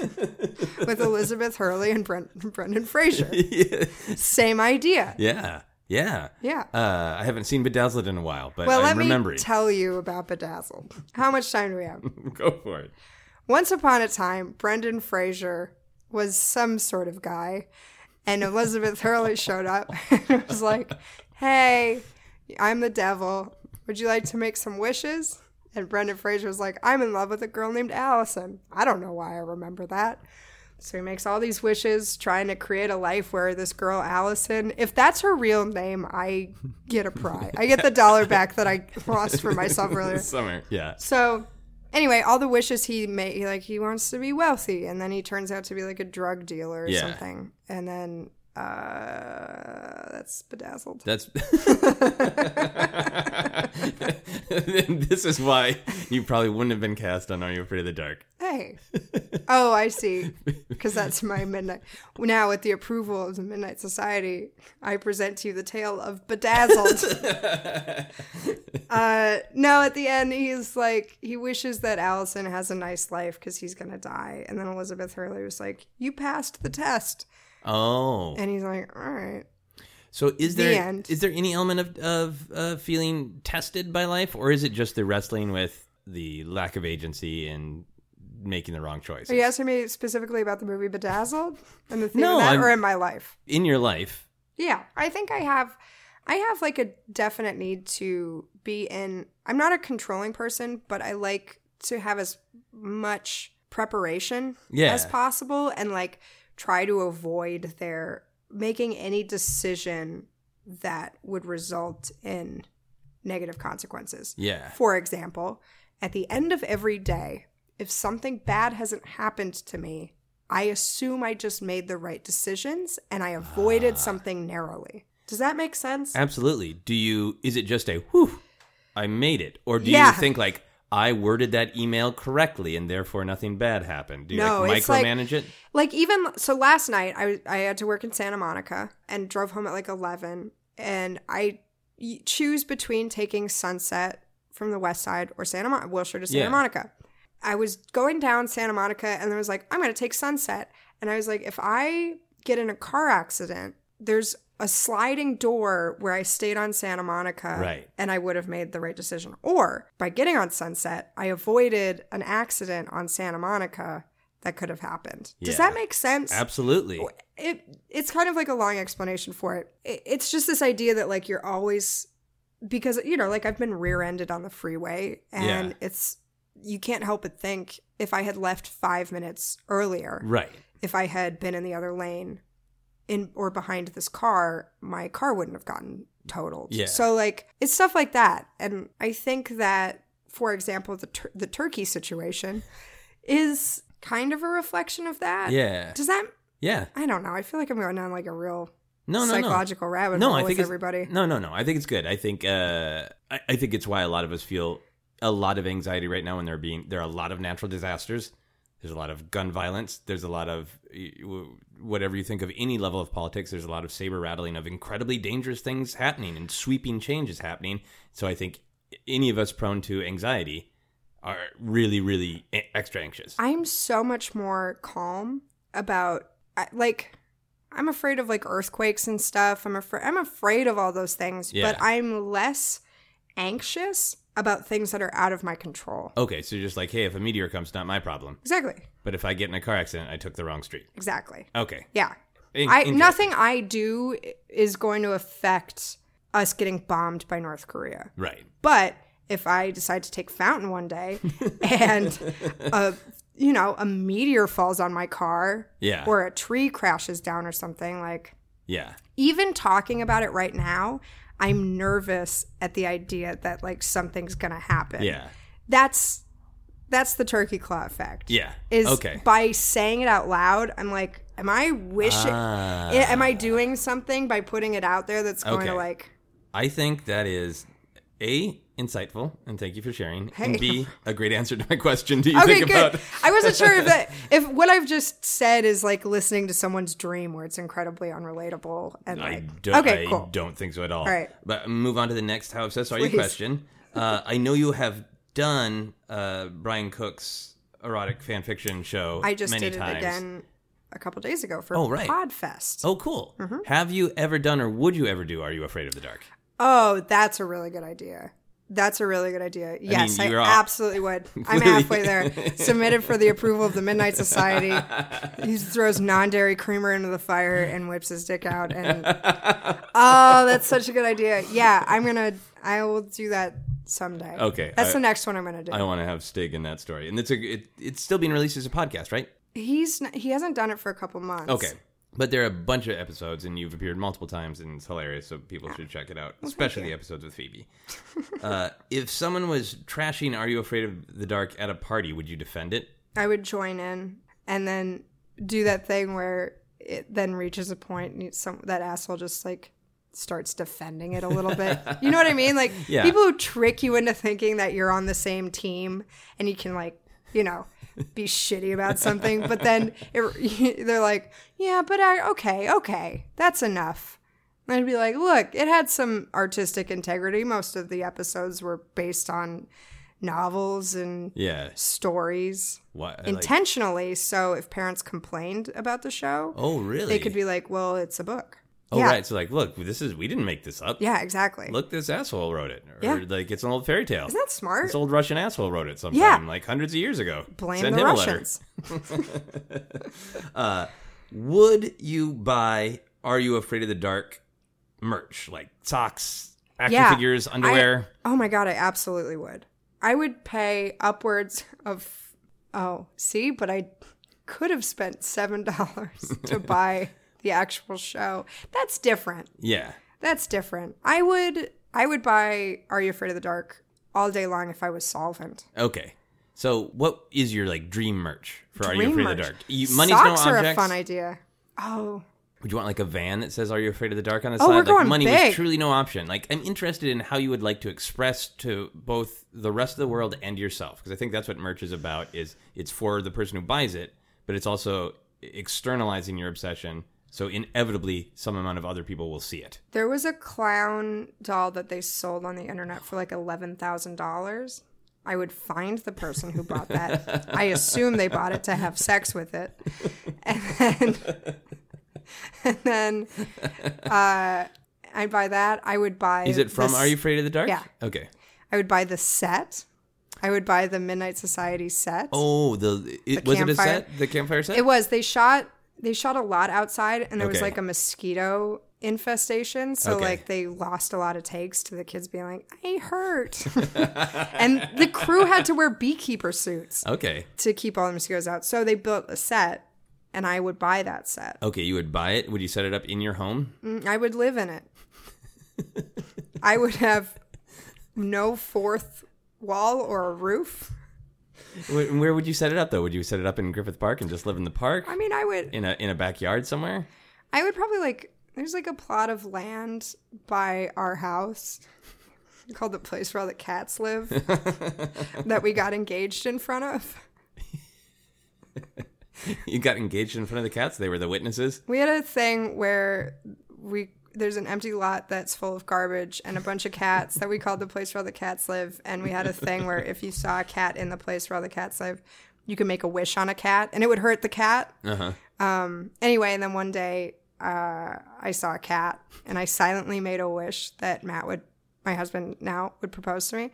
Speaker 4: with Elizabeth Hurley and Brent, Brendan Fraser. Same idea.
Speaker 3: yeah. Yeah.
Speaker 4: Yeah.
Speaker 3: Uh, I haven't seen Bedazzled in a while, but
Speaker 4: well,
Speaker 3: I'm
Speaker 4: let me
Speaker 3: remembering.
Speaker 4: tell you about Bedazzled. How much time do we have?
Speaker 3: Go for it.
Speaker 4: Once upon a time, Brendan Fraser was some sort of guy, and Elizabeth Hurley showed up and was like, "Hey, I'm the devil. Would you like to make some wishes?" And Brendan Fraser was like, "I'm in love with a girl named Allison. I don't know why I remember that." So he makes all these wishes, trying to create a life where this girl Allison, if that's her real name, I get a prize. I get the dollar back that I lost for myself earlier.
Speaker 3: Summer. Yeah.
Speaker 4: So anyway, all the wishes he made, like he wants to be wealthy, and then he turns out to be like a drug dealer or
Speaker 3: Yeah.
Speaker 4: something, and then uh, that's bedazzled.
Speaker 3: That's. this is why you probably wouldn't have been cast on Are You Afraid of the Dark?
Speaker 4: Hey, oh, I see, because that's my midnight. Now, with the approval of the Midnight Society, I present to you the tale of bedazzled. uh, no, at the end, he's like, he wishes that Allison has a nice life because he's gonna die, and then Elizabeth Hurley was like, "You passed the test,"
Speaker 3: Oh.
Speaker 4: and he's like, "All right."
Speaker 3: So is there is
Speaker 4: The end.
Speaker 3: there any element of of uh, feeling tested by life, or is it just the wrestling with the lack of agency and making the wrong choice
Speaker 4: Are you asking me specifically about the movie Bedazzled and the theme
Speaker 3: No,
Speaker 4: of that,
Speaker 3: I'm-
Speaker 4: or in my life?
Speaker 3: in your life?
Speaker 4: Yeah, I think I have, I have like a definite need to be in. I'm not a controlling person, but I like to have as much preparation
Speaker 3: Yeah.
Speaker 4: as possible, and like try to avoid their making any decision that would result in negative consequences.
Speaker 3: Yeah.
Speaker 4: For example, at the end of every day, if something bad hasn't happened to me, I assume I just made the right decisions and I avoided something narrowly. Does that make sense?
Speaker 3: Absolutely. Do you? Is it just a whew? I made it, or do
Speaker 4: Yeah.
Speaker 3: you think like I worded that email correctly and therefore nothing bad happened? Do you
Speaker 4: No,
Speaker 3: like
Speaker 4: it's like-
Speaker 3: micromanage it?
Speaker 4: Like even so last night I I had to work in Santa Monica and drove home at like 11 and I y- choose between taking Sunset from the west side or Santa Monica Wilshire to Santa
Speaker 3: Yeah.
Speaker 4: Monica. I was going down Santa Monica and there was like I'm going to take Sunset and I was like if I get in a car accident there's a sliding door where I stayed on Santa Monica
Speaker 3: Right.
Speaker 4: and I would have made the right decision. Or by getting on Sunset, I avoided an accident on Santa Monica that could have happened. Does
Speaker 3: Yeah.
Speaker 4: that make sense?
Speaker 3: Absolutely.
Speaker 4: It it's kind of like a long explanation for it. it. It's just this idea that like you're always because you know like I've been rear-ended on the freeway and
Speaker 3: Yeah.
Speaker 4: it's you can't help but think if I had left 5 minutes earlier,
Speaker 3: Right.
Speaker 4: if I had been in the other lane in or behind this car, my car wouldn't have gotten totaled.
Speaker 3: Yeah.
Speaker 4: So like it's stuff like that, and I think that, for example, the tur- the turkey situation is kind of a reflection of that.
Speaker 3: Yeah.
Speaker 4: Does that?
Speaker 3: Yeah.
Speaker 4: I don't know. I feel like I'm going down like a real
Speaker 3: No. No. No.
Speaker 4: psychological rabbit
Speaker 3: No,
Speaker 4: hole
Speaker 3: I
Speaker 4: with
Speaker 3: think it's-
Speaker 4: everybody.
Speaker 3: No, no, no. I think it's good. I think uh, I, I think it's why a lot of us feel a lot of anxiety right now when there are being there are a lot of natural disasters. There's a lot of gun violence. There's a lot of y- w- whatever you think of any level of politics. There's a lot of saber rattling of incredibly dangerous things happening and sweeping changes happening. So I think any of us prone to anxiety are really, really e- extra anxious.
Speaker 4: I'm so much more calm about I- like I'm afraid of like earthquakes and stuff. I'm afraid I'm afraid of all those things,
Speaker 3: Yeah.
Speaker 4: but I'm less anxious about things that are out of my control.
Speaker 3: Okay, so you're just like, hey, if a meteor comes, not my problem.
Speaker 4: Exactly.
Speaker 3: But if I get in a car accident, I took the wrong street.
Speaker 4: Exactly.
Speaker 3: Okay,
Speaker 4: Yeah.
Speaker 3: In-
Speaker 4: I
Speaker 3: interesting.
Speaker 4: nothing I do is going to affect us getting bombed by North Korea.
Speaker 3: Right.
Speaker 4: But if I decide to take fountain one day and a you know a meteor falls on my car
Speaker 3: Yeah.
Speaker 4: or a tree crashes down or something like
Speaker 3: Yeah.
Speaker 4: even talking about it right now I'm nervous at the idea that like something's going to happen.
Speaker 3: Yeah.
Speaker 4: That's that's the turkey claw effect.
Speaker 3: Yeah.
Speaker 4: Is
Speaker 3: okay.
Speaker 4: by saying it out loud I'm like am I wishing eh,
Speaker 3: Ah.
Speaker 4: am I doing something by putting it out there that's going
Speaker 3: Okay.
Speaker 4: to like
Speaker 3: I think that is a insightful, and thank you for sharing. And
Speaker 4: Hey.
Speaker 3: B, a great answer to my question. Do you
Speaker 4: Okay,
Speaker 3: think
Speaker 4: good.
Speaker 3: about?
Speaker 4: I wasn't sure if that if what I've just said is like listening to someone's dream where it's incredibly unrelatable and
Speaker 3: I
Speaker 4: like
Speaker 3: don't.
Speaker 4: okay,
Speaker 3: I
Speaker 4: cool.
Speaker 3: don't think so at all.
Speaker 4: right.
Speaker 3: But move on to the next. How obsessed are you?
Speaker 4: Please.
Speaker 3: Question. Uh, I know you have done uh, Brian Cook's erotic fan fiction show.
Speaker 4: I just
Speaker 3: many
Speaker 4: did it
Speaker 3: times.
Speaker 4: again a couple days ago for
Speaker 3: Oh, right.
Speaker 4: Podfest.
Speaker 3: Oh, cool.
Speaker 4: Mm-hmm.
Speaker 3: Have you ever done, or would you ever do? Are you afraid of the dark?
Speaker 4: Oh, that's a really good idea. That's a really good idea. Yes, I,
Speaker 3: you're all-
Speaker 4: absolutely would. I'm
Speaker 3: Really?
Speaker 4: halfway there. Submitted for the approval of the Midnight Society. He throws non-dairy creamer into the fire and whips his dick out. And oh, that's such a good idea. Yeah, I'm gonna. I will do that someday.
Speaker 3: Okay,
Speaker 4: that's
Speaker 3: I-
Speaker 4: the next one I'm gonna do.
Speaker 3: I want to have Stig in that story, and it's a it, it's still being released as a podcast, right?
Speaker 4: He's n- he hasn't done it for a couple months.
Speaker 3: Okay, but there are a bunch of episodes, and you've appeared multiple times, and it's hilarious. So people should check it out, especially the episodes with Phoebe. uh, if someone was trashing "Are You Afraid of the Dark" at a party, would you defend it?
Speaker 4: I would join in and then do that thing where it then reaches a point and some that asshole just like starts defending it a little bit. You know what I mean? Like
Speaker 3: Yeah.
Speaker 4: people who trick you into thinking that you're on the same team and you can like, you know, be shitty about something, but then it, they're like, "Yeah, but I okay, okay. That's enough." And I'd be like, "Look, it had some artistic integrity. Most of the episodes were based on novels and
Speaker 3: Yeah.
Speaker 4: stories."
Speaker 3: What? Like,
Speaker 4: intentionally. so if parents complained about the show,
Speaker 3: oh, really?
Speaker 4: they could be like, "Well, it's a book."
Speaker 3: Oh,
Speaker 4: yeah,
Speaker 3: right. So like, look, this is we didn't make this up.
Speaker 4: yeah, exactly.
Speaker 3: Look, this asshole wrote it. Or
Speaker 4: Yeah.
Speaker 3: like it's an old fairy tale.
Speaker 4: Isn't that smart?
Speaker 3: This old Russian asshole wrote it sometime,
Speaker 4: Yeah.
Speaker 3: like hundreds of years ago.
Speaker 4: Blame
Speaker 3: Send
Speaker 4: the
Speaker 3: him
Speaker 4: Russians.
Speaker 3: A letter. Would you buy Are You Afraid of the Dark merch? Like socks, action
Speaker 4: Yeah.
Speaker 3: figures, underwear?
Speaker 4: Oh my god, I absolutely would. I would pay upwards of oh, see, but I could have spent seven dollars to buy the actual show. That's different.
Speaker 3: yeah.
Speaker 4: That's different. I would I would buy Are You Afraid of the Dark all day long if I was solvent.
Speaker 3: Okay. So what is your like dream merch for Are You
Speaker 4: Dream
Speaker 3: Afraid of the
Speaker 4: merch.
Speaker 3: Dark? You, money's
Speaker 4: Socks
Speaker 3: no
Speaker 4: are
Speaker 3: objects.
Speaker 4: a fun idea. Oh,
Speaker 3: Would you want like a van that says "Are you afraid of the dark?" on the side?
Speaker 4: Oh, we're
Speaker 3: like
Speaker 4: going
Speaker 3: money was
Speaker 4: big.
Speaker 3: truly no option. Like I'm interested in how you would like to express to both the rest of the world and yourself, because I think that's what merch is about. Is it's for the person who buys it, but it's also externalizing your obsession. So inevitably, some amount of other people will see it.
Speaker 4: There was a clown doll that they sold on the internet for like eleven thousand dollars. I would find the person who bought that. I assume they bought it to have sex with it, and then, and then uh, I'd buy that. I would buy.
Speaker 3: Is it from
Speaker 4: the
Speaker 3: "Are You Afraid of the Dark"?
Speaker 4: yeah.
Speaker 3: Okay.
Speaker 4: I would buy the set. I would buy the Midnight Society set.
Speaker 3: Oh, the, it, was it a
Speaker 4: campfire.
Speaker 3: set? The campfire set?
Speaker 4: It was. They shot. They shot a lot outside, and there was
Speaker 3: Okay.
Speaker 4: like a mosquito infestation. So
Speaker 3: Okay.
Speaker 4: like they lost a lot of takes to the kids being like, "I hurt," and the crew had to wear beekeeper suits
Speaker 3: okay.
Speaker 4: to keep all the mosquitoes out. So they built a set, and I would buy that set.
Speaker 3: Okay. You would buy it. Would you set it up in your home?
Speaker 4: Mm, I would live in it. I would have no fourth wall or a roof.
Speaker 3: Wh- Where would you set it up though? Would you set it up in Griffith Park and just live in the park?
Speaker 4: I mean, I would.
Speaker 3: in a in a backyard somewhere.
Speaker 4: I would probably like there's like a plot of land by our house called the place where all the cats live that we got engaged in front of.
Speaker 3: You got engaged in front of the cats. They were the witnesses.
Speaker 4: We had a thing where we there's an empty lot that's full of garbage and a bunch of cats that we called the place where all the cats live and we had a thing where if you saw a cat in the place where all the cats live you could make a wish on a cat and it would hurt the cat
Speaker 3: Uh huh.
Speaker 4: anyway, and then one day uh, I saw a cat and I silently made a wish that Matt would, my husband now, would propose to me.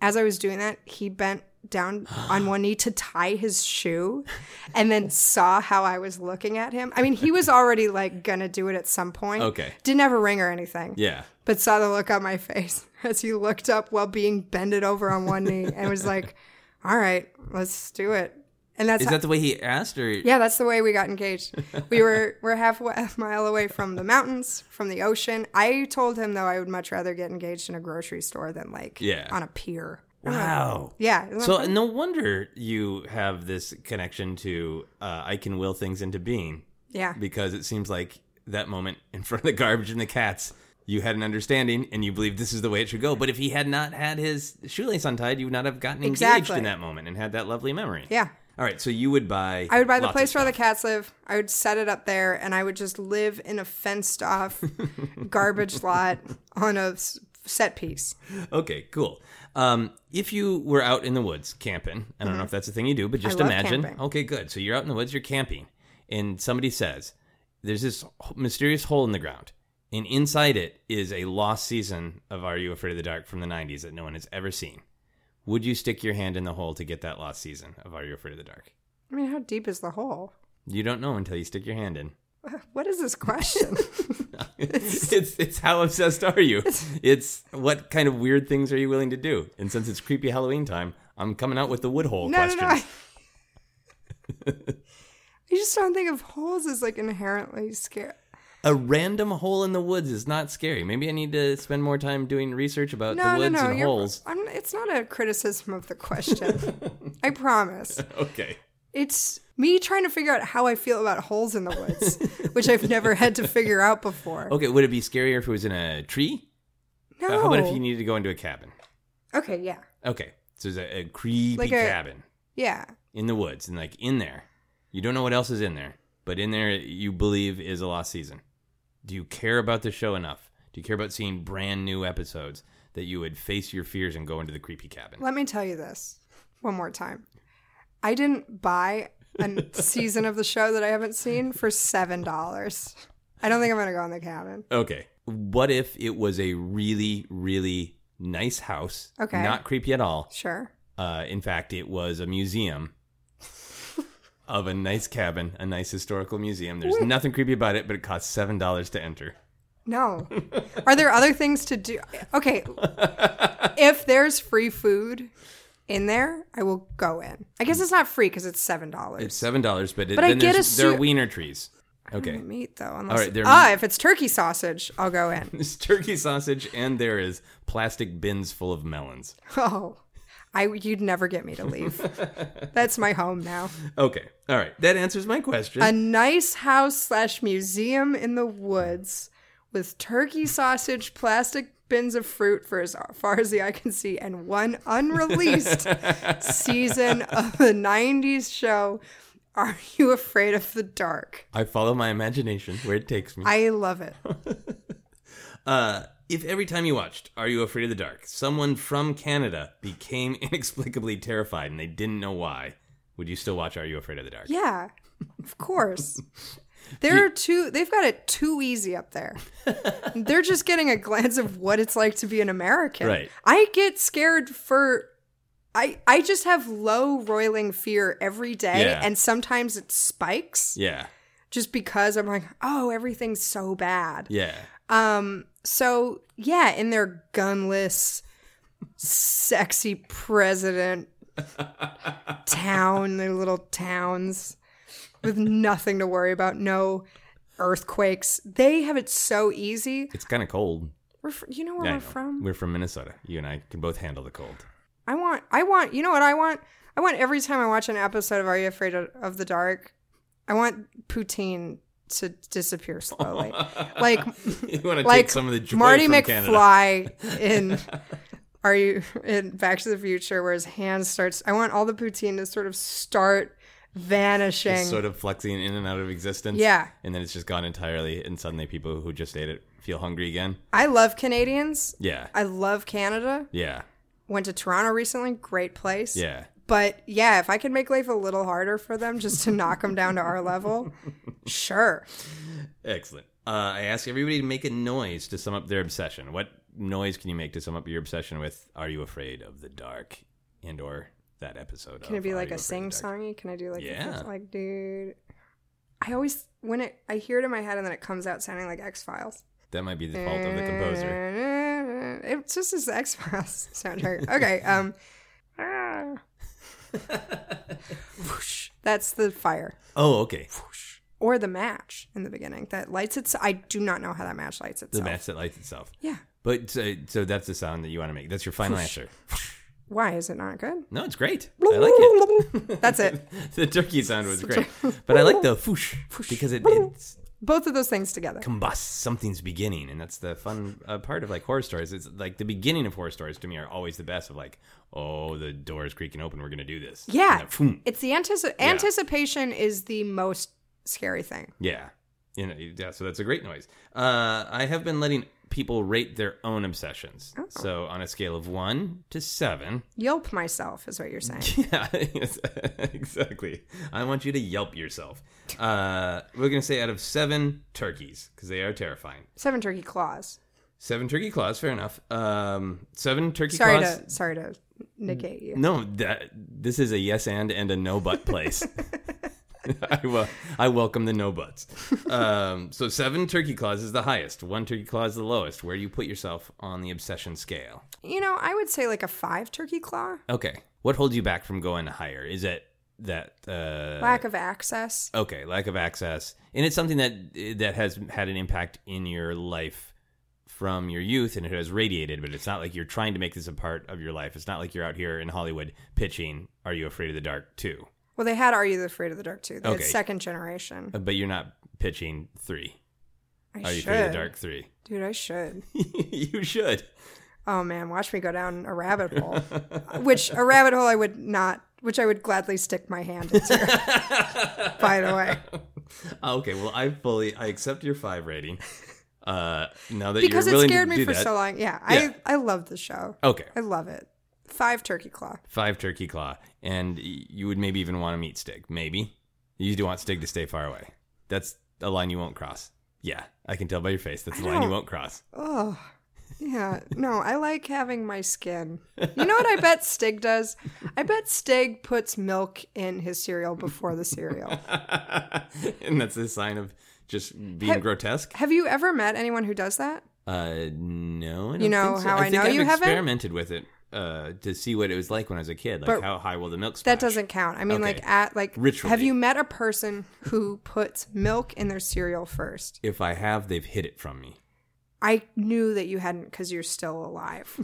Speaker 4: As I was doing that, he bent down on one knee to tie his shoe and then saw how I was looking at him. I mean, he was already like gonna do it at some point.
Speaker 3: Okay.
Speaker 4: Didn't have a ring or anything,
Speaker 3: Yeah.
Speaker 4: but saw the look on my face as he looked up while being bended over on one knee and was like, all right, let's do it. And that's
Speaker 3: Is that the way he asked, or
Speaker 4: yeah, that's the way we got engaged. We were we're half a mile away from the mountains, from the ocean. I told him though I would much rather get engaged in a grocery store than like
Speaker 3: Yeah.
Speaker 4: on a pier.
Speaker 3: wow?
Speaker 4: Yeah. isn't that
Speaker 3: So uh,
Speaker 4: fun?
Speaker 3: no wonder you have this connection to uh, I can will things into being
Speaker 4: yeah.
Speaker 3: because it seems like that moment in front of the garbage and the cats. You had an understanding, and you believed this is the way it should go. But if he had not had his shoelace untied, you would not have gotten engaged
Speaker 4: Exactly.
Speaker 3: in that moment and had that lovely memory.
Speaker 4: Yeah.
Speaker 3: All right. So you would buy.
Speaker 4: I would buy the
Speaker 3: lots of
Speaker 4: place where
Speaker 3: stuff.
Speaker 4: the cats live. I would set it up there and I would just live in a fenced off garbage lot on a s- set piece.
Speaker 3: Okay, cool. Um, if you were out in the woods camping, I don't know if that's a thing you do, but just
Speaker 4: Mm-hmm. love
Speaker 3: imagine.
Speaker 4: camping.
Speaker 3: Okay, good. So you're out in the woods, you're camping, and somebody says, "There's this mysterious hole in the ground, and inside it is a lost season of Are You Afraid of the Dark from the 90s that no one has ever seen. Would you stick your hand in the hole to get that lost season of Are You Afraid of the Dark?
Speaker 4: I mean, how deep is the hole?
Speaker 3: You don't know until you stick your hand in.
Speaker 4: What is this question?
Speaker 3: it's it's how obsessed are you? It's what kind of weird things are you willing to do? And since it's creepy Halloween time, I'm coming out with the wood hole
Speaker 4: no, no,
Speaker 3: question.
Speaker 4: no. I, I just don't think of holes as like inherently scary.
Speaker 3: A random hole in the woods is not scary. Maybe I need to spend more time doing research about
Speaker 4: No,
Speaker 3: the
Speaker 4: no,
Speaker 3: woods
Speaker 4: no.
Speaker 3: and
Speaker 4: you're-
Speaker 3: holes.
Speaker 4: I'm, it's not a criticism of the question. I promise.
Speaker 3: Okay.
Speaker 4: It's me trying to figure out how I feel about holes in the woods, which I've never had to figure out before.
Speaker 3: Okay, would it be scarier if it was in a tree?
Speaker 4: No.
Speaker 3: Uh, how about if you needed to go into a cabin?
Speaker 4: okay, yeah.
Speaker 3: Okay. So there's a, a creepy
Speaker 4: Like a-
Speaker 3: cabin
Speaker 4: Yeah.
Speaker 3: in the woods and like in there. You don't know what else is in there, but in there you believe is a lost season. Do you care about the show enough? Do you care about seeing brand new episodes that you would face your fears and go into the creepy cabin?
Speaker 4: Let me tell you this one more time. I didn't buy a season of the show that I haven't seen for $7. I don't think I'm going to go in the cabin.
Speaker 3: Okay. What if it was a really, really nice house?
Speaker 4: Okay.
Speaker 3: Not creepy at all.
Speaker 4: Sure.
Speaker 3: Uh, in fact, it was a museum of a nice cabin, a nice historical museum. There's nothing creepy about it, but it costs seven dollars to enter.
Speaker 4: No. Are there other things to do? Okay. if there's free food in there, I will go in. I guess it's not free because it's seven
Speaker 3: It's
Speaker 4: dollars.
Speaker 3: seven dollars, but, it,
Speaker 4: But I
Speaker 3: then
Speaker 4: get
Speaker 3: there's
Speaker 4: a
Speaker 3: there are
Speaker 4: su- Um,
Speaker 3: wiener trees. Okay,
Speaker 4: Meat though, unless
Speaker 3: right, there-
Speaker 4: ah, if it's turkey sausage, I'll go in.
Speaker 3: there's turkey sausage, and there is plastic bins full of melons.
Speaker 4: Oh, I you'd never get me to leave. That's my home now.
Speaker 3: Okay, all right, that answers my question.
Speaker 4: A nice house slash museum in the woods with turkey sausage, plastic bins of fruit for as far as the eye can see, and one unreleased season of the 90s show, Are You Afraid of the Dark?
Speaker 3: I follow my imagination where it takes me.
Speaker 4: I love it.
Speaker 3: Uh, if every time you watched Are You Afraid of the Dark, someone from Canada became inexplicably terrified and they didn't know why, would you still watch Are You Afraid of the Dark?
Speaker 4: Yeah, of course. They're too, they've got it too easy up there. They're just getting a glance of what it's like to be an American.
Speaker 3: Right.
Speaker 4: I get scared for, I, I just have low roiling fear every day.
Speaker 3: Yeah.
Speaker 4: And sometimes it spikes
Speaker 3: Yeah.
Speaker 4: just because I'm like, oh, everything's so bad.
Speaker 3: Yeah.
Speaker 4: Um, so yeah, in their gunless, sexy president town, their little towns with nothing to worry about, no earthquakes. They have it so easy.
Speaker 3: It's kind of cold.
Speaker 4: We're fr- you know where
Speaker 3: Yeah, I
Speaker 4: we're
Speaker 3: know.
Speaker 4: from.
Speaker 3: We're from Minnesota. You and I can both handle the cold.
Speaker 4: I want, I want. You know what I want? I want every time I watch an episode of Are You Afraid of, of the Dark? I want poutine to disappear slowly, like
Speaker 3: you want to
Speaker 4: like
Speaker 3: take some of the joy
Speaker 4: Marty
Speaker 3: from Canada.
Speaker 4: McFly in Are you in Back to the Future, where his hand starts? I want all the poutine to sort of start vanishing.
Speaker 3: Just sort of flexing in and out of existence.
Speaker 4: Yeah.
Speaker 3: And then it's just gone entirely, and suddenly people who just ate it feel hungry again.
Speaker 4: I love Canadians.
Speaker 3: Yeah.
Speaker 4: I love Canada.
Speaker 3: Yeah.
Speaker 4: Went to Toronto recently. Great place.
Speaker 3: Yeah.
Speaker 4: But yeah, if I could make life a little harder for them, just to knock them down to our level, sure.
Speaker 3: Excellent. Uh, I ask everybody to make a noise to sum up their obsession. What noise can you make to sum up your obsession with "Are You Afraid of the Dark" and or that episode?
Speaker 4: Can it
Speaker 3: of
Speaker 4: be
Speaker 3: Are
Speaker 4: like
Speaker 3: You
Speaker 4: a
Speaker 3: Afraid
Speaker 4: sing
Speaker 3: of the Dark?
Speaker 4: songy? Can I do like a
Speaker 3: Yeah.
Speaker 4: first- like dude? I always when it I hear it in my head and then it comes out sounding like X Files.
Speaker 3: That might be the fault of the composer.
Speaker 4: It just is the X Files soundtrack. Okay. Um. Whoosh. That's the fire
Speaker 3: Oh, okay.
Speaker 4: or the match in the beginning that lights itself. I do not know how that match lights
Speaker 3: The
Speaker 4: itself.
Speaker 3: match that lights itself.
Speaker 4: Yeah.
Speaker 3: But so, so that's the sound that you want to make. That's your final answer.
Speaker 4: Why is it not good?
Speaker 3: No, it's great. I like it.
Speaker 4: That's it.
Speaker 3: The turkey sound was great, but I like the foosh because it, it
Speaker 4: Both of those things together.
Speaker 3: combusts something's beginning and that's the fun uh, part of like horror stories it's like the beginning of horror stories to me are always the best of like oh the door is creaking open we're gonna do this
Speaker 4: Yeah.
Speaker 3: And then, phoom.
Speaker 4: It's the antici- anticipation is the most scary thing.
Speaker 3: yeah you know yeah so that's a great noise uh, i have been letting people rate their own
Speaker 4: Oh,
Speaker 3: obsessions. So on a scale of one to seven,
Speaker 4: Yelp myself is what you're saying.
Speaker 3: yeah, yes, exactly. I want you to Yelp yourself. Uh, we're gonna say out of seven turkeys because they are terrifying.
Speaker 4: Seven turkey claws.
Speaker 3: Seven turkey claws, fair enough. Um, seven turkey
Speaker 4: Sorry
Speaker 3: claws. Mm.
Speaker 4: to sorry to negate you.
Speaker 3: No, that this is a yes and and a no but place. I, wel- I welcome the no buts. Um, so seven turkey claws is the highest. One turkey claw is the lowest. Where do you put yourself on the obsession scale?
Speaker 4: You know, I would say like a five turkey claw.
Speaker 3: Okay, what holds you back from going higher? Is it that uh,
Speaker 4: Lack of access.
Speaker 3: okay lack of access, and it's something that that has had an impact in your life from your youth, and it has radiated. But it's not like you're trying to make this a part of your life. It's not like you're out here in Hollywood pitching "Are You Afraid of the Dark?" too.
Speaker 4: Well, they had Are You the Afraid of the Dark too. They
Speaker 3: Okay.
Speaker 4: had second generation.
Speaker 3: Uh, But you're not pitching three.
Speaker 4: I
Speaker 3: Are you
Speaker 4: should.
Speaker 3: Afraid of the Dark three?
Speaker 4: Dude, I should.
Speaker 3: you should.
Speaker 4: Oh man, watch me go down a rabbit hole. which a rabbit hole I would not which I would gladly stick my hand into. by the way.
Speaker 3: Okay, well, I fully I accept your five rating. Uh, now that
Speaker 4: Because
Speaker 3: you're
Speaker 4: it
Speaker 3: willing
Speaker 4: scared
Speaker 3: to
Speaker 4: me
Speaker 3: do
Speaker 4: for
Speaker 3: that.
Speaker 4: so long. Yeah,
Speaker 3: Yeah.
Speaker 4: I I love the show.
Speaker 3: Okay,
Speaker 4: I love it. Five turkey claw.
Speaker 3: five turkey claw, and y- you would maybe even want a meat stick. Maybe you do want stick to stay far away. That's a line you won't cross. Yeah, I can tell by your face. That's a line you
Speaker 4: don't-
Speaker 3: won't cross.
Speaker 4: Oh, yeah. No, I like having my skin. You know what I bet Stig does? I bet Stig puts milk in his cereal before the cereal.
Speaker 3: and that's a sign of just being
Speaker 4: Have-
Speaker 3: grotesque.
Speaker 4: Have you ever met anyone who does that?
Speaker 3: Uh, no. I don't
Speaker 4: You know
Speaker 3: think so.
Speaker 4: how I
Speaker 3: think
Speaker 4: know
Speaker 3: I've
Speaker 4: you haven't?
Speaker 3: experimented with it uh, to see what it was like when I was a kid. Like
Speaker 4: But
Speaker 3: how high will the milk splash?
Speaker 4: That doesn't count. I mean, like
Speaker 3: Okay.
Speaker 4: at like,
Speaker 3: Ritually.
Speaker 4: have you met a person who puts milk in their cereal first?
Speaker 3: If I have, they've hid it from me.
Speaker 4: I knew that you hadn't because you're still alive.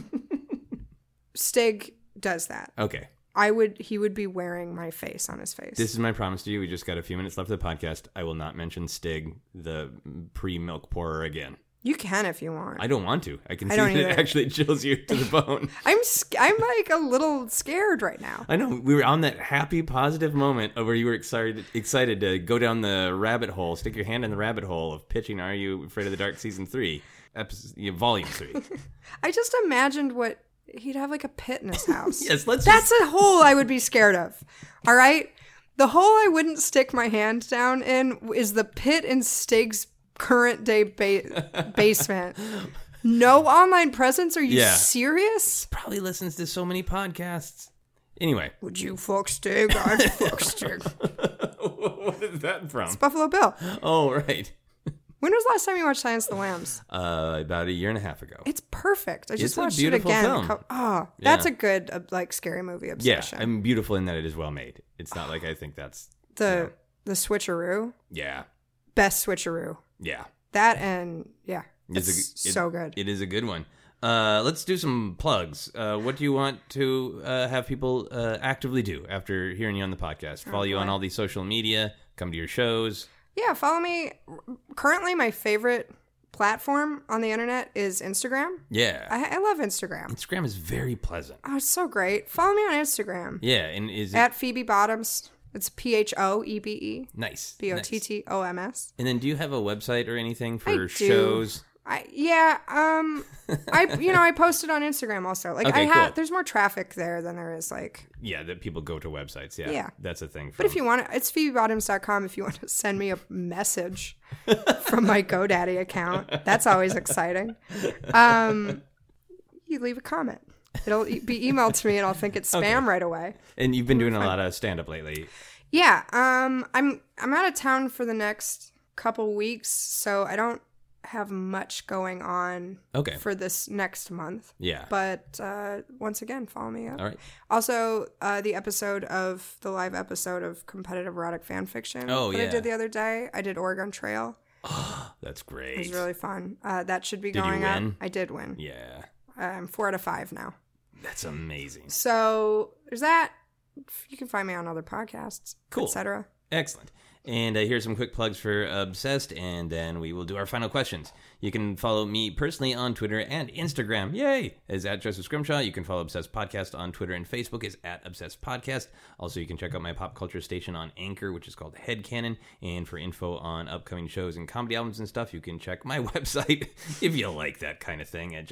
Speaker 4: Stig does that.
Speaker 3: Okay.
Speaker 4: I would. He would be wearing my face on his face.
Speaker 3: This is my promise to you. We just got a few minutes left of the podcast. I will not mention Stig, the pre milk pourer, again.
Speaker 4: you can if you want.
Speaker 3: I don't want to. I can
Speaker 4: I
Speaker 3: see
Speaker 4: don't
Speaker 3: that it
Speaker 4: either.
Speaker 3: actually chills you to the bone.
Speaker 4: I'm sc- I'm like a little scared right now.
Speaker 3: I know we were on that happy, positive moment of where you were excited, excited to go down the rabbit hole, stick your hand in the rabbit hole of pitching "Are You Afraid of the Dark?" season three, episode, yeah, volume three.
Speaker 4: I just imagined what he'd have like a pit in his house.
Speaker 3: yes, let's. just-
Speaker 4: That's a hole I would be scared of. All right. The hole I wouldn't stick my hand down in is the pit in Stig's current day ba- basement. No online presence? Are you
Speaker 3: Yeah.
Speaker 4: serious?
Speaker 3: probably listens to so many podcasts. Anyway,
Speaker 4: Would you fuck Stig? I'd fuck Stig.
Speaker 3: what is that from?
Speaker 4: Buffalo Bill.
Speaker 3: Oh, right.
Speaker 4: When was the last time you watched Silence of the Lambs?
Speaker 3: Uh, about a year and a half ago.
Speaker 4: It's perfect. I just
Speaker 3: It's a
Speaker 4: watched it
Speaker 3: beautiful
Speaker 4: again.
Speaker 3: film.
Speaker 4: Co- Oh, that's
Speaker 3: Yeah.
Speaker 4: a good uh, like scary movie
Speaker 3: Yeah,
Speaker 4: obsession.
Speaker 3: I'm beautiful in that it is well made. It's not like I think that's
Speaker 4: the the switcheroo,
Speaker 3: yeah,
Speaker 4: best switcheroo.
Speaker 3: yeah.
Speaker 4: That and yeah, it's,
Speaker 3: a- it-
Speaker 4: so good.
Speaker 3: It is a good one. Uh, let's do some plugs. Uh, what do you want to uh, have people uh, actively do after hearing you on the
Speaker 4: Oh,
Speaker 3: podcast? Follow you on all the social media. Come to your shows.
Speaker 4: Yeah, follow me. Currently, my favorite platform on the internet is Instagram.
Speaker 3: Yeah,
Speaker 4: I, I love Instagram.
Speaker 3: Instagram is very pleasant.
Speaker 4: Oh, it's so great. Follow me on Instagram
Speaker 3: Yeah, and is it
Speaker 4: at Phoebe Bottoms. It's P H O E B E
Speaker 3: nice?
Speaker 4: B O
Speaker 3: nice.
Speaker 4: T T O M S.
Speaker 3: And then, do you have a website or anything for
Speaker 4: do.
Speaker 3: shows?
Speaker 4: I yeah um I you know I posted on Instagram also like
Speaker 3: Okay,
Speaker 4: I have
Speaker 3: cool.
Speaker 4: there's more traffic there than there is like
Speaker 3: Yeah, that people go to websites. Yeah,
Speaker 4: Yeah.
Speaker 3: that's a thing.
Speaker 4: But if you want, it's phoebebottoms.com if you want to send me a message from my GoDaddy account. That's always exciting. Um, you leave a comment. It'll e- be emailed to me and I'll think it's spam right away.
Speaker 3: and you've been doing a lot of stand up lately.
Speaker 4: Yeah, um, I'm I'm out of town for the next couple weeks, so I don't have much going on
Speaker 3: Okay.
Speaker 4: for this next month.
Speaker 3: Yeah.
Speaker 4: But uh, once again, follow me up.
Speaker 3: all right.
Speaker 4: Also, uh, the episode of the live episode of competitive erotic fan fiction
Speaker 3: Oh,
Speaker 4: that I
Speaker 3: yeah.
Speaker 4: did the other day. I did Oregon Trail.
Speaker 3: That's
Speaker 4: It
Speaker 3: great.
Speaker 4: was really fun. Uh, that should be
Speaker 3: Did you
Speaker 4: going up.
Speaker 3: win?
Speaker 4: I did win.
Speaker 3: yeah.
Speaker 4: I'm four out of five now.
Speaker 3: That's amazing.
Speaker 4: So there's that. You can find me on other podcasts,
Speaker 3: Cool.
Speaker 4: etc.
Speaker 3: Excellent. And uh, here's some quick plugs for Obsessed, and then we will do our final questions. You can follow me personally on Twitter and Instagram. Yay! Is at Joseph Scrimshaw. You can follow Obsessed Podcast on Twitter and Facebook is at Obsessed Podcast. Also, you can check out my pop culture station on Anchor, which is called Headcanon. And for info on upcoming shows and comedy albums and stuff, you can check my website if you like that kind of thing at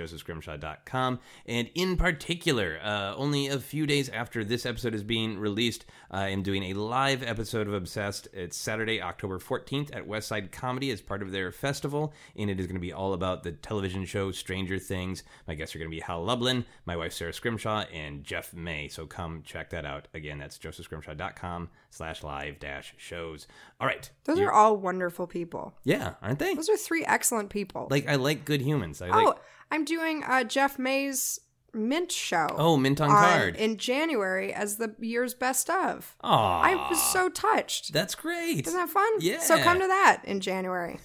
Speaker 3: josephscrimshaw.com. And in particular, uh, only a few days after this episode is being released, I am doing a live episode of Obsessed. It's Saturday, October 14th at Westside Comedy as part of their festival, and it is going to be all about the television show Stranger Things. My guests are going to be Hal Lublin, my wife Sarah Scrimshaw, and Jeff May. So come check that out. Again, that's josephscrimshaw.com slash live dash shows. All right.
Speaker 4: Those are all wonderful people.
Speaker 3: Yeah, aren't they?
Speaker 4: Those are three excellent people.
Speaker 3: Like, I like good humans. I like,
Speaker 4: oh, I'm doing uh, Jeff May's Mint show.
Speaker 3: oh, mint on,
Speaker 4: on-
Speaker 3: card.
Speaker 4: in January as the year's best of.
Speaker 3: Aw,
Speaker 4: I was so touched.
Speaker 3: that's great.
Speaker 4: Isn't that fun?
Speaker 3: Yeah.
Speaker 4: So come to that in January.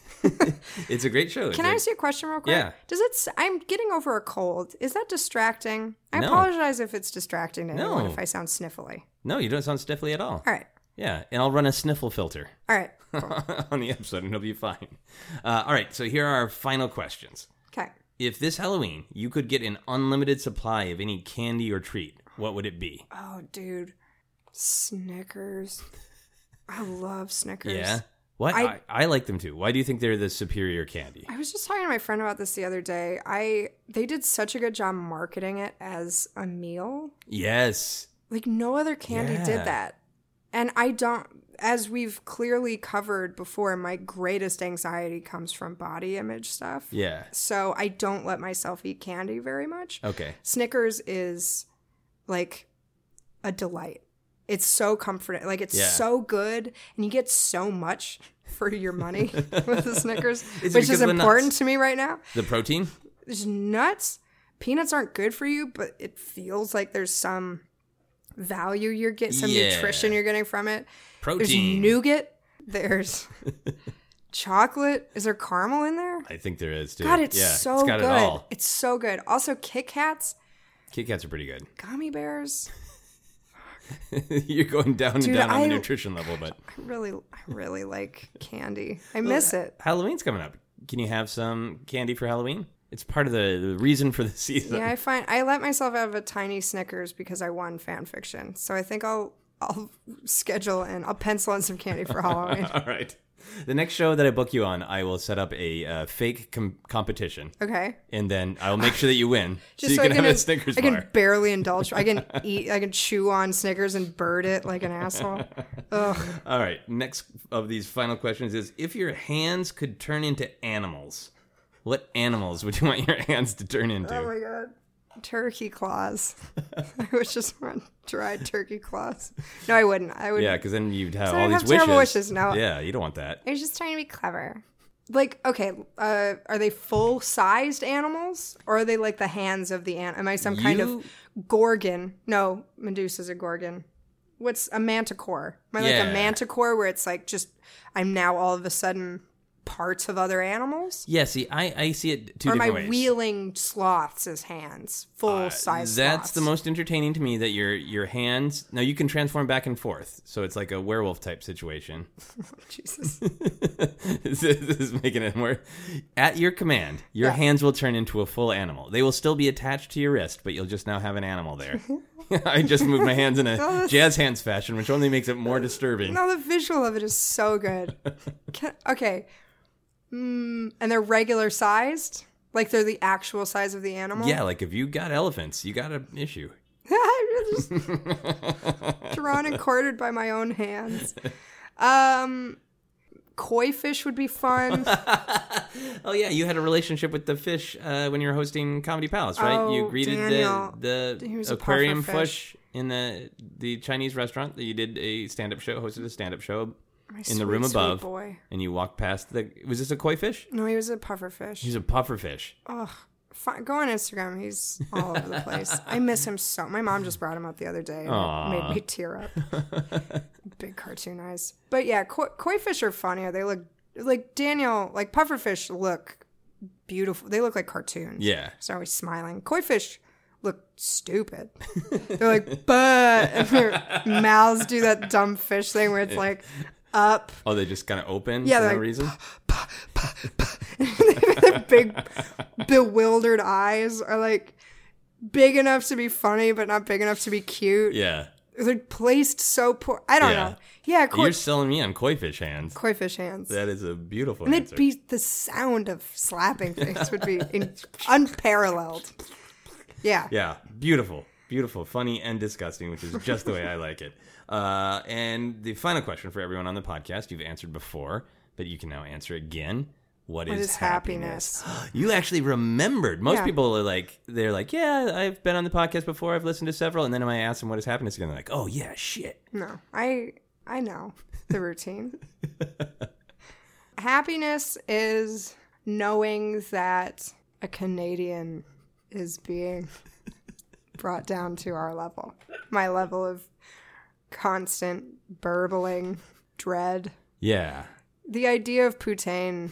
Speaker 3: It's a great show. It's
Speaker 4: Can
Speaker 3: a-
Speaker 4: I ask you a question real quick?
Speaker 3: Yeah.
Speaker 4: Does it? s- I'm getting over a cold. Is that distracting? I
Speaker 3: No.
Speaker 4: apologize if it's distracting to anyone
Speaker 3: No.
Speaker 4: if I sound sniffly.
Speaker 3: No, you don't sound stiffly at all.
Speaker 4: All right.
Speaker 3: Yeah, and I'll run a sniffle filter.
Speaker 4: All right.
Speaker 3: on the episode and it'll be fine. Uh, all right, so here are our final questions.
Speaker 4: Okay.
Speaker 3: If this Halloween you could get an unlimited supply of any candy or treat, what would it be?
Speaker 4: Oh, dude. Snickers. I love Snickers.
Speaker 3: Yeah. What? I,
Speaker 4: I-
Speaker 3: I, like them too. Why do you think they're the superior candy?
Speaker 4: I was just talking to my friend about this the other day. I they did such a good job marketing it as a meal.
Speaker 3: Yes.
Speaker 4: Like no other candy
Speaker 3: Yeah.
Speaker 4: did that. And I don't as we've clearly covered before, my greatest anxiety comes from body image stuff.
Speaker 3: Yeah.
Speaker 4: So I don't let myself eat candy very much.
Speaker 3: Okay.
Speaker 4: Snickers is like a delight. It's so comforting. Like it's
Speaker 3: Yeah.
Speaker 4: so good and you get so much for your money with the Snickers,
Speaker 3: it
Speaker 4: which
Speaker 3: because
Speaker 4: is
Speaker 3: of the
Speaker 4: important
Speaker 3: nuts?
Speaker 4: to me right now.
Speaker 3: The protein?
Speaker 4: There's nuts. Peanuts aren't good for you, but it feels like there's some value you're getting, some
Speaker 3: Yeah.
Speaker 4: nutrition you're getting from it. There's
Speaker 3: Protein.
Speaker 4: nougat. There's chocolate. Is there caramel in there?
Speaker 3: I think there is too.
Speaker 4: God, it's
Speaker 3: yeah,
Speaker 4: so
Speaker 3: it's got
Speaker 4: good.
Speaker 3: it all.
Speaker 4: It's so good. Also, Kit Kats,
Speaker 3: Kit Kats are pretty good.
Speaker 4: gummy bears.
Speaker 3: You're going down and
Speaker 4: Dude,
Speaker 3: down on
Speaker 4: I-
Speaker 3: the nutrition level, but
Speaker 4: I really, I really like candy. I
Speaker 3: Oh,
Speaker 4: miss it.
Speaker 3: Halloween's coming up. Can you have some candy for Halloween? It's part of the, the reason for the season.
Speaker 4: Yeah, I find I let myself have a tiny Snickers because I won fan fiction. So I think I'll I'll schedule and I'll pencil in some candy for Halloween.
Speaker 3: All right. The next show that I book you on, I will set up a uh, fake com- competition,
Speaker 4: Okay.
Speaker 3: and then I'll make sure that you win, so
Speaker 4: Just
Speaker 3: you
Speaker 4: so
Speaker 3: can,
Speaker 4: I
Speaker 3: have
Speaker 4: can
Speaker 3: a Snickers
Speaker 4: I can
Speaker 3: bar.
Speaker 4: barely indulge. I can eat. I can chew on Snickers and bird it like an asshole. Oh Ugh.
Speaker 3: All right. Next of these final questions is: If your hands could turn into animals, what animals would you want your hands to turn into?
Speaker 4: Oh my god. Turkey claws. I would just want dried turkey claws. No, I wouldn't. I would.
Speaker 3: yeah, because then you'd have
Speaker 4: So
Speaker 3: all
Speaker 4: I'd
Speaker 3: these
Speaker 4: have
Speaker 3: wishes.
Speaker 4: terrible wishes now.
Speaker 3: Yeah, you don't want that.
Speaker 4: I was just trying to be clever. Like, okay, uh, are they full sized animals or are they like the hands of the ant? Am I some kind
Speaker 3: You-
Speaker 4: of gorgon? No, Medusa's a gorgon. What's a manticore? Am I like
Speaker 3: Yeah.
Speaker 4: a manticore where it's like just, I'm now all of a sudden parts of other animals?
Speaker 3: Yeah. See, I, I see it two
Speaker 4: Or am I
Speaker 3: different ways. Uh,
Speaker 4: wheeling sloths as hands, full size
Speaker 3: That's
Speaker 4: sloths?
Speaker 3: the most entertaining to me that your your hands. Now you can transform back and forth, so it's like a werewolf type situation.
Speaker 4: Jesus.
Speaker 3: this is making it more. At your command, your
Speaker 4: Yeah.
Speaker 3: hands will turn into a full animal. They will still be attached to your wrist, but you'll just now have an animal there. I just moved my hands in a jazz hands fashion, which only makes it more disturbing.
Speaker 4: No, the visual of it is so good. Can, okay. Mm, and they're regular sized? Like they're the actual size of the animal?
Speaker 3: Yeah, like if you got elephants, you got an issue.
Speaker 4: I'm just drawn and quartered by my own hands. Um, koi fish would be fun.
Speaker 3: Oh yeah, you had a relationship with the fish uh, when you were hosting Comedy Palace, right? you
Speaker 4: Oh,
Speaker 3: greeted
Speaker 4: Daniel.
Speaker 3: the
Speaker 4: He was
Speaker 3: the
Speaker 4: a puffer
Speaker 3: aquarium
Speaker 4: fish.
Speaker 3: fish in the the Chinese restaurant that you did a stand up show, hosted a stand up show
Speaker 4: My
Speaker 3: in the room
Speaker 4: sweet, sweet
Speaker 3: above,
Speaker 4: boy.
Speaker 3: and you walked past the. Was this a koi fish?
Speaker 4: No, he was a puffer fish.
Speaker 3: He's a puffer fish.
Speaker 4: Fi- Go on Instagram. He's all over the place. I miss him so. My mom just brought him up the other day and
Speaker 3: Aw.
Speaker 4: it made me tear up. Big cartoon eyes. But yeah, koi, koi fish are funnier. They look like Daniel, like pufferfish look beautiful. They look like cartoons.
Speaker 3: Yeah.
Speaker 4: They're always smiling. Koi fish look stupid. They're like, but and their mouths do that dumb fish thing where it's like, up.
Speaker 3: Oh, they just kind of open
Speaker 4: Yeah,
Speaker 3: for no
Speaker 4: they're like,
Speaker 3: reason.
Speaker 4: Pah, pah, pah. Their big, bewildered eyes are like big enough to be funny, but not big enough to be cute.
Speaker 3: Yeah,
Speaker 4: They're placed so poor. I don't
Speaker 3: Yeah.
Speaker 4: know. Yeah, koi,
Speaker 3: you're selling me on koi fish hands.
Speaker 4: koi fish hands.
Speaker 3: That is a beautiful
Speaker 4: and
Speaker 3: answer.
Speaker 4: it'd be the sound of slapping things would be in, unparalleled. Yeah.
Speaker 3: yeah, beautiful, beautiful, funny, and disgusting, which is just the way I like it. Uh, and the final question for everyone on the podcast you've answered before, but you can now answer again.
Speaker 4: What is happiness?
Speaker 3: You actually remembered. Most
Speaker 4: Yeah.
Speaker 3: people are like, they're like, yeah, I've been on the podcast before. I've listened to several. And then when I ask them what is happiness again, they're like, oh, yeah, shit.
Speaker 4: No, I I know the routine. Happiness is knowing that a Canadian is being brought down to our level. My level of constant burbling dread.
Speaker 3: Yeah.
Speaker 4: The idea of poutine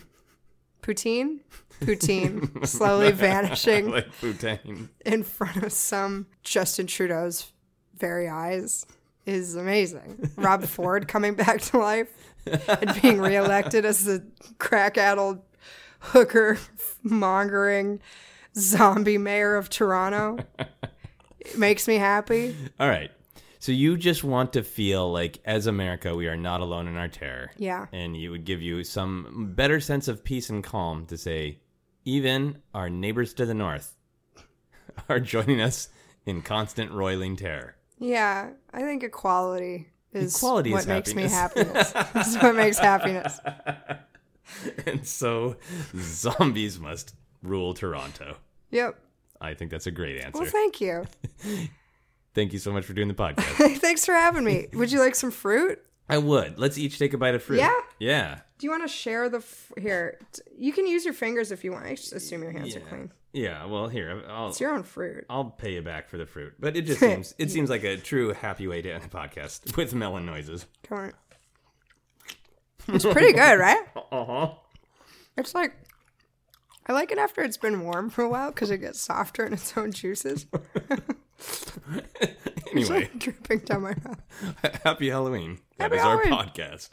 Speaker 4: poutine poutine slowly vanishing
Speaker 3: like Bhutan.
Speaker 4: in front of some Justin Trudeau's very eyes is amazing. Rob Ford coming back to life and being reelected as the crack-addled hooker mongering zombie mayor of Toronto it makes me happy.
Speaker 3: All right. So you just want to feel like, as America, we are not alone in our terror.
Speaker 4: Yeah.
Speaker 3: And it would give you some better sense of peace and calm to say, even our neighbors to the north are joining us in constant roiling terror.
Speaker 4: Yeah, I think equality is
Speaker 3: Equality
Speaker 4: what
Speaker 3: is
Speaker 4: makes me
Speaker 3: happiness.
Speaker 4: happiness. That's what makes happiness.
Speaker 3: And so zombies must rule Toronto.
Speaker 4: Yep.
Speaker 3: I think that's a great answer.
Speaker 4: Well, thank you.
Speaker 3: Thank you so much for doing the podcast.
Speaker 4: Thanks for having me. Would you like some fruit?
Speaker 3: I would. Let's each take a bite of fruit.
Speaker 4: Yeah?
Speaker 3: Yeah.
Speaker 4: Do you want to share the f- here? t- You can use your fingers if you want. I just assume your hands are clean.
Speaker 3: Yeah. Well, here, I'll,
Speaker 4: It's your own fruit.
Speaker 3: I'll pay you back for the fruit. But it just seems it seems like a true happy way to end a podcast with melon noises.
Speaker 4: Come on. It's pretty good, right?
Speaker 3: Uh-huh.
Speaker 4: It's like I like it after it's been warm for a while because it gets softer in its own juices. It's
Speaker 3: Anyway,
Speaker 4: like dripping down my mouth.
Speaker 3: happy Halloween. That
Speaker 4: Happy
Speaker 3: is our
Speaker 4: Halloween.
Speaker 3: podcast.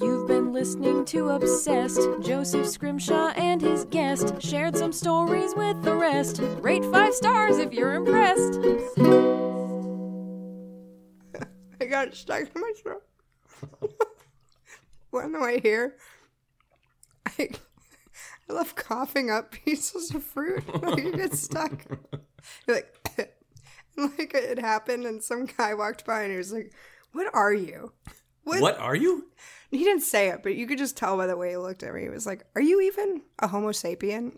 Speaker 2: You've been listening to Obsessed. Joseph Scrimshaw and his guest shared some stories with the rest. Rate five stars if you're impressed.
Speaker 4: I got stuck in my throat. One way here, I, I love coughing up pieces of fruit. Like it gets stuck. You're like, like it happened, and some guy walked by and he was like, "What are you?" What?
Speaker 3: What are you?
Speaker 4: He didn't say it, but you could just tell by the way he looked at me. He was like, "Are you even a Homo sapien?"